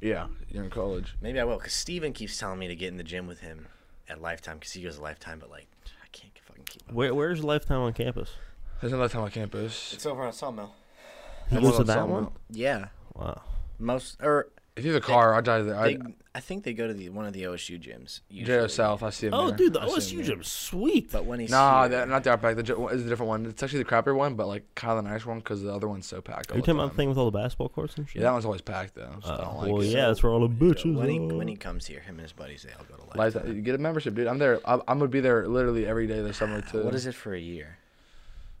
Yeah. You're in college. Maybe I will, because Steven keeps telling me to get in the gym with him at Lifetime, because he goes to Lifetime, but like, I can't fucking keep up. Where, where's Lifetime on campus? There's no lifetime on campus. It's over on Sawmill. He I'm goes to on that some- one. Yeah, Wow. most or If you have a car, I'll drive there. they, I, I think they go to the one of the OSU gyms. Jero usually. South, I see him. Oh, there. dude, the I see him OSU there. gym's sweet. But when he's Nah, here, that, not the Outback. The j- one is a different one. It's actually the crappier one, but like kind of the nice one because the other one's so packed. Are All you the talking about time. the thing with all the basketball courts and shit? Yeah, that one's always packed though. So I Uh, don't like well, it. yeah, that's where all the bitches. when he are. when he comes here, him and his buddies they all go to Lifetime. Like, you get a membership, dude. I'm there. I'm, I'm gonna be there literally every day this summer too. What is it for a year?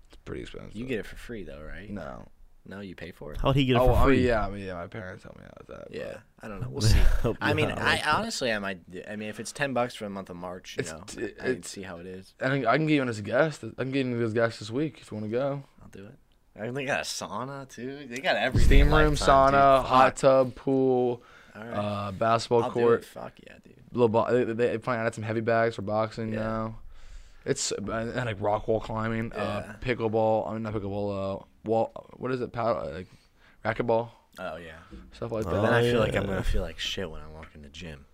It's pretty expensive. You get it for free though, right? no. No, you pay for it. How would he get it Oh, for oh free? yeah, I mean, yeah. My parents helped me out with that. but- Yeah, I don't know. We'll see. Help I you mean, out. I honestly, I might. do- I mean, if it's ten bucks for the month of March, you It's know, t- I can it's- see how it is. I think I can get you in as a guest. I can get you in as a guest this week if you want to go. I'll do it. I think they got a sauna too. They got everything. Steam at room, Lifetime, dude. sauna, Fuck. hot tub, pool, All right. uh, basketball I'll court. Do it. Fuck yeah, dude. little bo- they, they they probably added some heavy bags for boxing Yeah. now. It's and, and like rock wall climbing, uh, Yeah. pickleball. I mean not pickleball. Uh, wall. What is it? Paddle, uh, like racquetball, Oh yeah. stuff like that. But then Oh, I feel like I'm yeah. gonna feel like shit when I walk in the gym.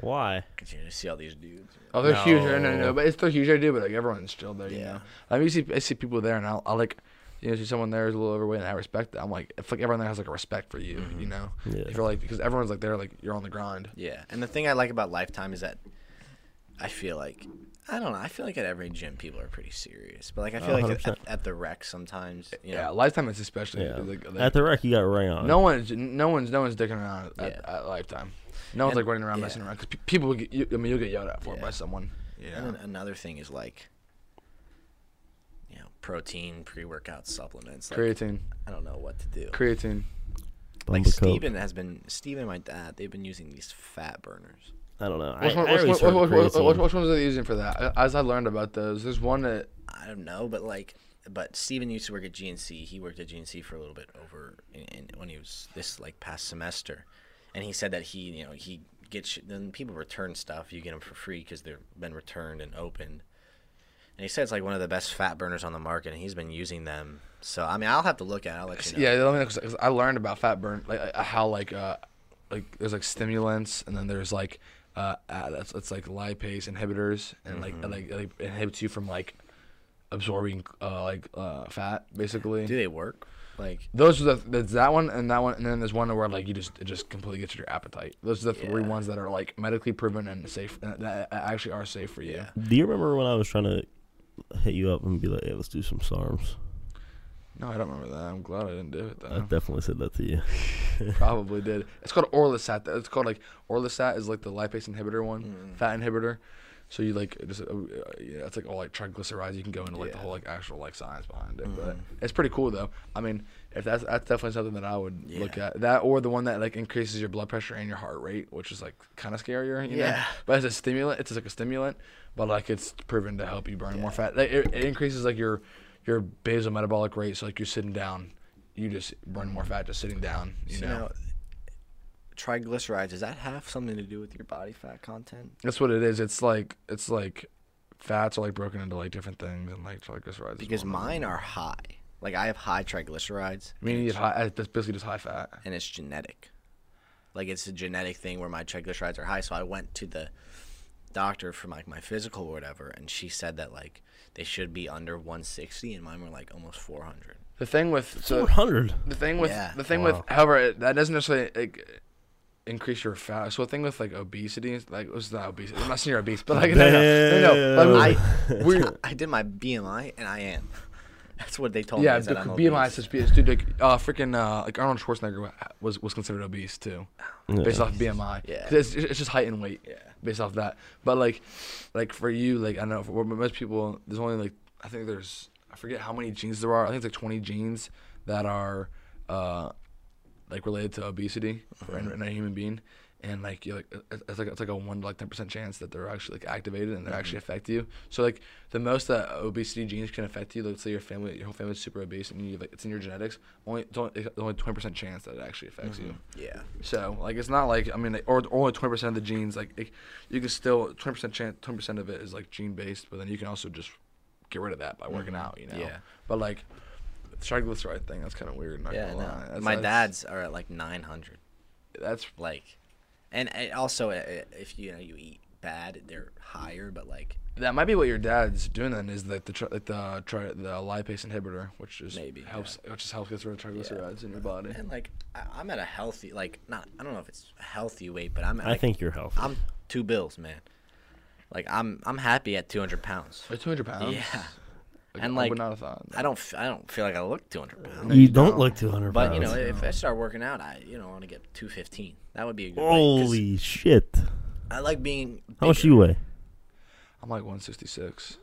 Why? Cause you're gonna see all these dudes. oh, they're huge. No, no, No. no. But it's they're huge. I do. But like everyone's still there. You Yeah. know. I mean, you see, I see people there, and I, I like. You know, see someone there who's a little overweight, and I respect that. I'm like, if like everyone there has like a respect for you, Mm-hmm. you know. Yeah. If you're like, because everyone's like, they're like, you're on the grind. Yeah. And the thing I like about Lifetime is that I feel like I don't know. I feel like at every gym people are pretty serious, but like I feel like at, 100%. at the rec sometimes, you know, Yeah, lifetime is especially. Yeah. like- like- At the rec, you got ring on. No one's no one's no one's dicking around at, Yeah. at Lifetime. No one's And- like running around yeah. messing around because people. Get, you, I mean, you'll get yelled at for it Yeah. by someone. Yeah. And then another thing is like, you know, protein pre workout supplements. Like, Creatine, I don't know what to do. creatine. Like Bumper Coke. Steven has been Steven and my dad, they've been using these fat burners. I don't know. I, Which, one, I which, always one, heard which, one- which, creatine. which ones are they using for that? As I learned about those, there's one that I don't know, but like but Steven used to work at GNC. He worked at GNC for a little bit over in, in, when he was this like past semester. And he said that he, you know, he gets sh- then people return stuff, you get them for free cuz they've been returned and opened. And he said it's like one of the best fat burners on the market and he's been using them. So I mean, I'll have to look at it. I'll let you know. Yeah, let me know 'cause because I learned about fat burn, like uh, how like uh, like there's like stimulants, and then there's like uh, uh that's it's like lipase inhibitors, and like and, like like inhibits you from like absorbing uh like uh fat basically. Do they work? Like Those are the that's that one and that one, and then there's one where like you just it just completely gets your appetite. Those are the three Yeah. ones that are like medically proven and safe, and that actually are safe for you. Yeah. Do you remember when I was trying to hit you up and be like, "Yeah, let's do some SARMs"? No, I don't remember that. I'm glad I didn't do it though. I definitely said that to you. Probably did. It's called Orlistat. It's called like Orlistat is like the lipase inhibitor one, Mm. fat inhibitor. So you like just uh, uh, yeah, it's like all like triglycerides. You can go into like the whole like actual like science behind it, but Mm-hmm. it's pretty cool though. I mean, if that's that's definitely something that I would look Yeah. at. That or the one that like increases your blood pressure and your heart rate, which is like kind of scarier. You Know? Yeah. But it's a stimulant. It's like a stimulant, but like it's proven to help you burn more fat. Like, it, it increases like your your basal metabolic rate. So like you're sitting down, you just burn more fat just sitting down. You So know. now, triglycerides, does that have something to do with your body fat content? That's what it is. It's like it's like fats are like broken into like different things and like triglycerides. is Because one of them. mine are high. Like I have high triglycerides. I mean, it's high. uh, That's basically just high fat. and it's genetic. Like it's a genetic thing where my triglycerides are high. So I went to the doctor for like my physical or whatever, and she said that like they should be under 160, and mine were like almost 400. The thing with so Four hundred. the thing with Yeah. the thing with however it, that doesn't necessarily like, increase your fat. So the thing with like obesity, is, like it's not obesity. I'm not saying you're obese, but like no, no, no, no, like, I we I did my BMI, and I am. That's what they told yeah, me. is the that I'm BMI obese. says obese. Dude, like, uh, freaking, uh, like Arnold Schwarzenegger wa- was was considered obese too, based off BMI. Yeah. 'Cause it's, it's just height and weight. Yeah. based off that. But like, like for you, like I don't know for most people, there's only like I think there's I forget how many genes there are. I think it's like 20 genes that are, uh, like related to obesity for in, Mm-hmm. in a human being. And like you like it's it's like it's like a one to like ten percent chance that they're actually like activated and they Mm-hmm. actually affect you. So like the most that obesity genes can affect you, like say your family, your whole family's super obese and you like it's in your genetics. Only it's only twenty percent chance that it actually affects you. Mm-hmm. Yeah. So like it's not like I mean like, or only twenty percent of the genes like it, you can still twenty percent chance twenty percent of it is like gene based, but then you can also just get rid of that by working out, you know. Mm-hmm. Yeah. But like the triglyceride thing, that's kind of weird. Not Yeah. gonna lie. No. Oh, That's- My that's- dad's are at like 900. That's Like, and it also uh, if you know you eat bad, they're higher. But like that might be what your dad's doing then is like the tri- like the tri- the lipase inhibitor, which just Maybe, helps, which just helps get rid of triglycerides in your body. And like, I, I'm at a healthy, like, not, I don't know if it's a healthy weight, but I'm at, I like, think you're healthy. I'm two bills, man. Like, I'm, I'm happy at 200 pounds. Like two hundred pounds. Yeah. Like, And, I like, would not have thought. I don't, f- I don't feel like I look 200 pounds. you don't look two hundred But pounds. you know, if I start working out, I, you know, want to get 215. That would be a good. weight, 'cause holy shit! I like being. How much bigger. you weigh? I'm like one sixty six.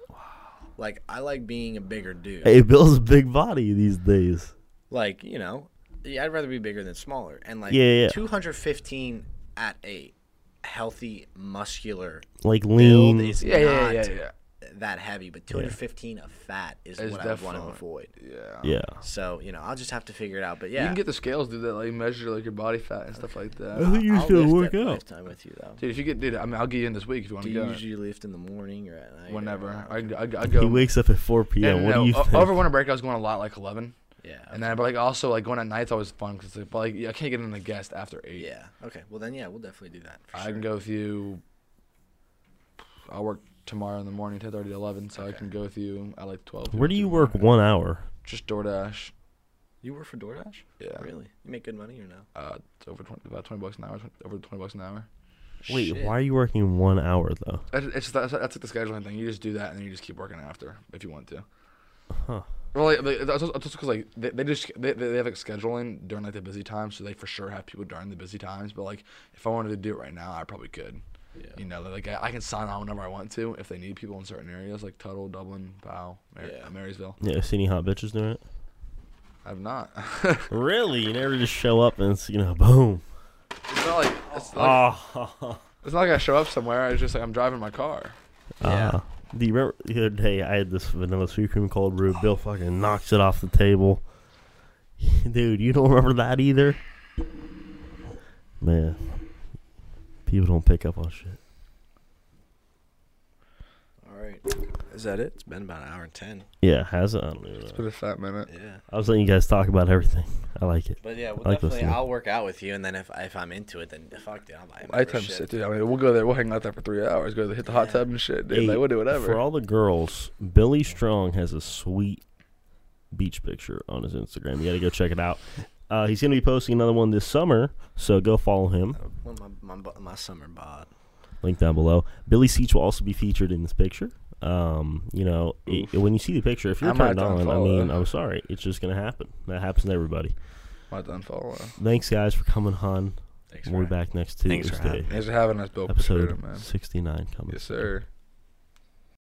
Like, I like being a bigger dude. Hey, Bill's a big body these days. Like, you know, yeah, I'd rather be bigger than smaller. And like, Yeah, yeah. 215 at a healthy, muscular Like build lean. is Yeah, yeah, not yeah, yeah, that heavy, but 215 of fat is It's what I want to definitely- avoid. yeah. Yeah. So you know, I'll just have to figure it out. But You yeah, can get the scales, dude, that like measure like your body fat and stuff like I that. think you I'll should lift work at out. Lifetime with you though. Dude, if you get, dude, I mean, I'll get you in this week if you want Do to you go. usually lift in the morning or at night? or- Whenever I, I, I He go. wakes up at four p.m. And, what no, do you o- think? Over winter break, I was going a lot, like eleven, Yeah. and then but like also like going at night's always fun because like, but, like I can't get in the guest after eight. yeah. Okay. Well then, yeah, we'll definitely do that. For I sure. can go with you. I'll work tomorrow in the morning, ten thirty to eleven, so I can go with you at like twelve. Where do you work one hour? Just DoorDash. You work for DoorDash? Yeah. Really? You make good money or no? Uh, it's over twenty, about twenty bucks an hour. 20, over twenty bucks an hour. Wait, Shit. why are you working one hour though? That's, it's that's, that's like the scheduling thing. You just do that, and then you just keep working after if you want to. Huh. Well, like, like, that's also- just because like they, they just they, they they have like scheduling during like the busy times, so they for sure have people during the busy times. But like if I wanted to do it right now, I probably could. Yeah. You know, like I, I can sign on whenever I want to if they need people in certain areas, like Tuttle, Dublin, Powell, Mar- Yeah. Marysville. Yeah, seen any hot bitches doing it? I've not. Really, you never just show up and it's you know boom. it's not like it's not, like, Oh, it's not like I show up somewhere. I was just like I'm driving my car. Yeah. Uh, do you remember the other day I had this vanilla sweet cream cold brew? Bill fucking knocks it off the table. Dude, you don't remember that either? Man, people don't pick up on shit. All right. Is that it? It's been about an hour and 10. Yeah, has it? I don't even know. It's been a fat minute. Yeah. I was letting you guys talk about everything. I like it. But yeah, we'll I like definitely. listening. I'll work out with you, and then if if I'm into it, then fuck, dude, I'm like, I time shit, dude. I mean, we'll go there. We'll hang out there for three hours. Go hit the hot Yeah. tub and shit, dude. Hey, like we'll do whatever. For all the girls, Billy Strong has a sweet beach picture on his Instagram. You got to go check it out. Uh, he's going to be posting another one this summer, so go follow him. Uh, Well, my, my bu- my summer bod. Link down below. Billy Seach will also be featured in this picture. Um, you know, it, when you see the picture, if you're I might turned on, I unfollow mean, that. I'm sorry, it's just going to happen. That happens to everybody. Might done follow. Thanks, guys, for coming on. Thanks we'll for be back next Thanks for Tuesday. having Thanks for having us, Bill. Appreciate Episode it, man. 69 coming. Yes, sir.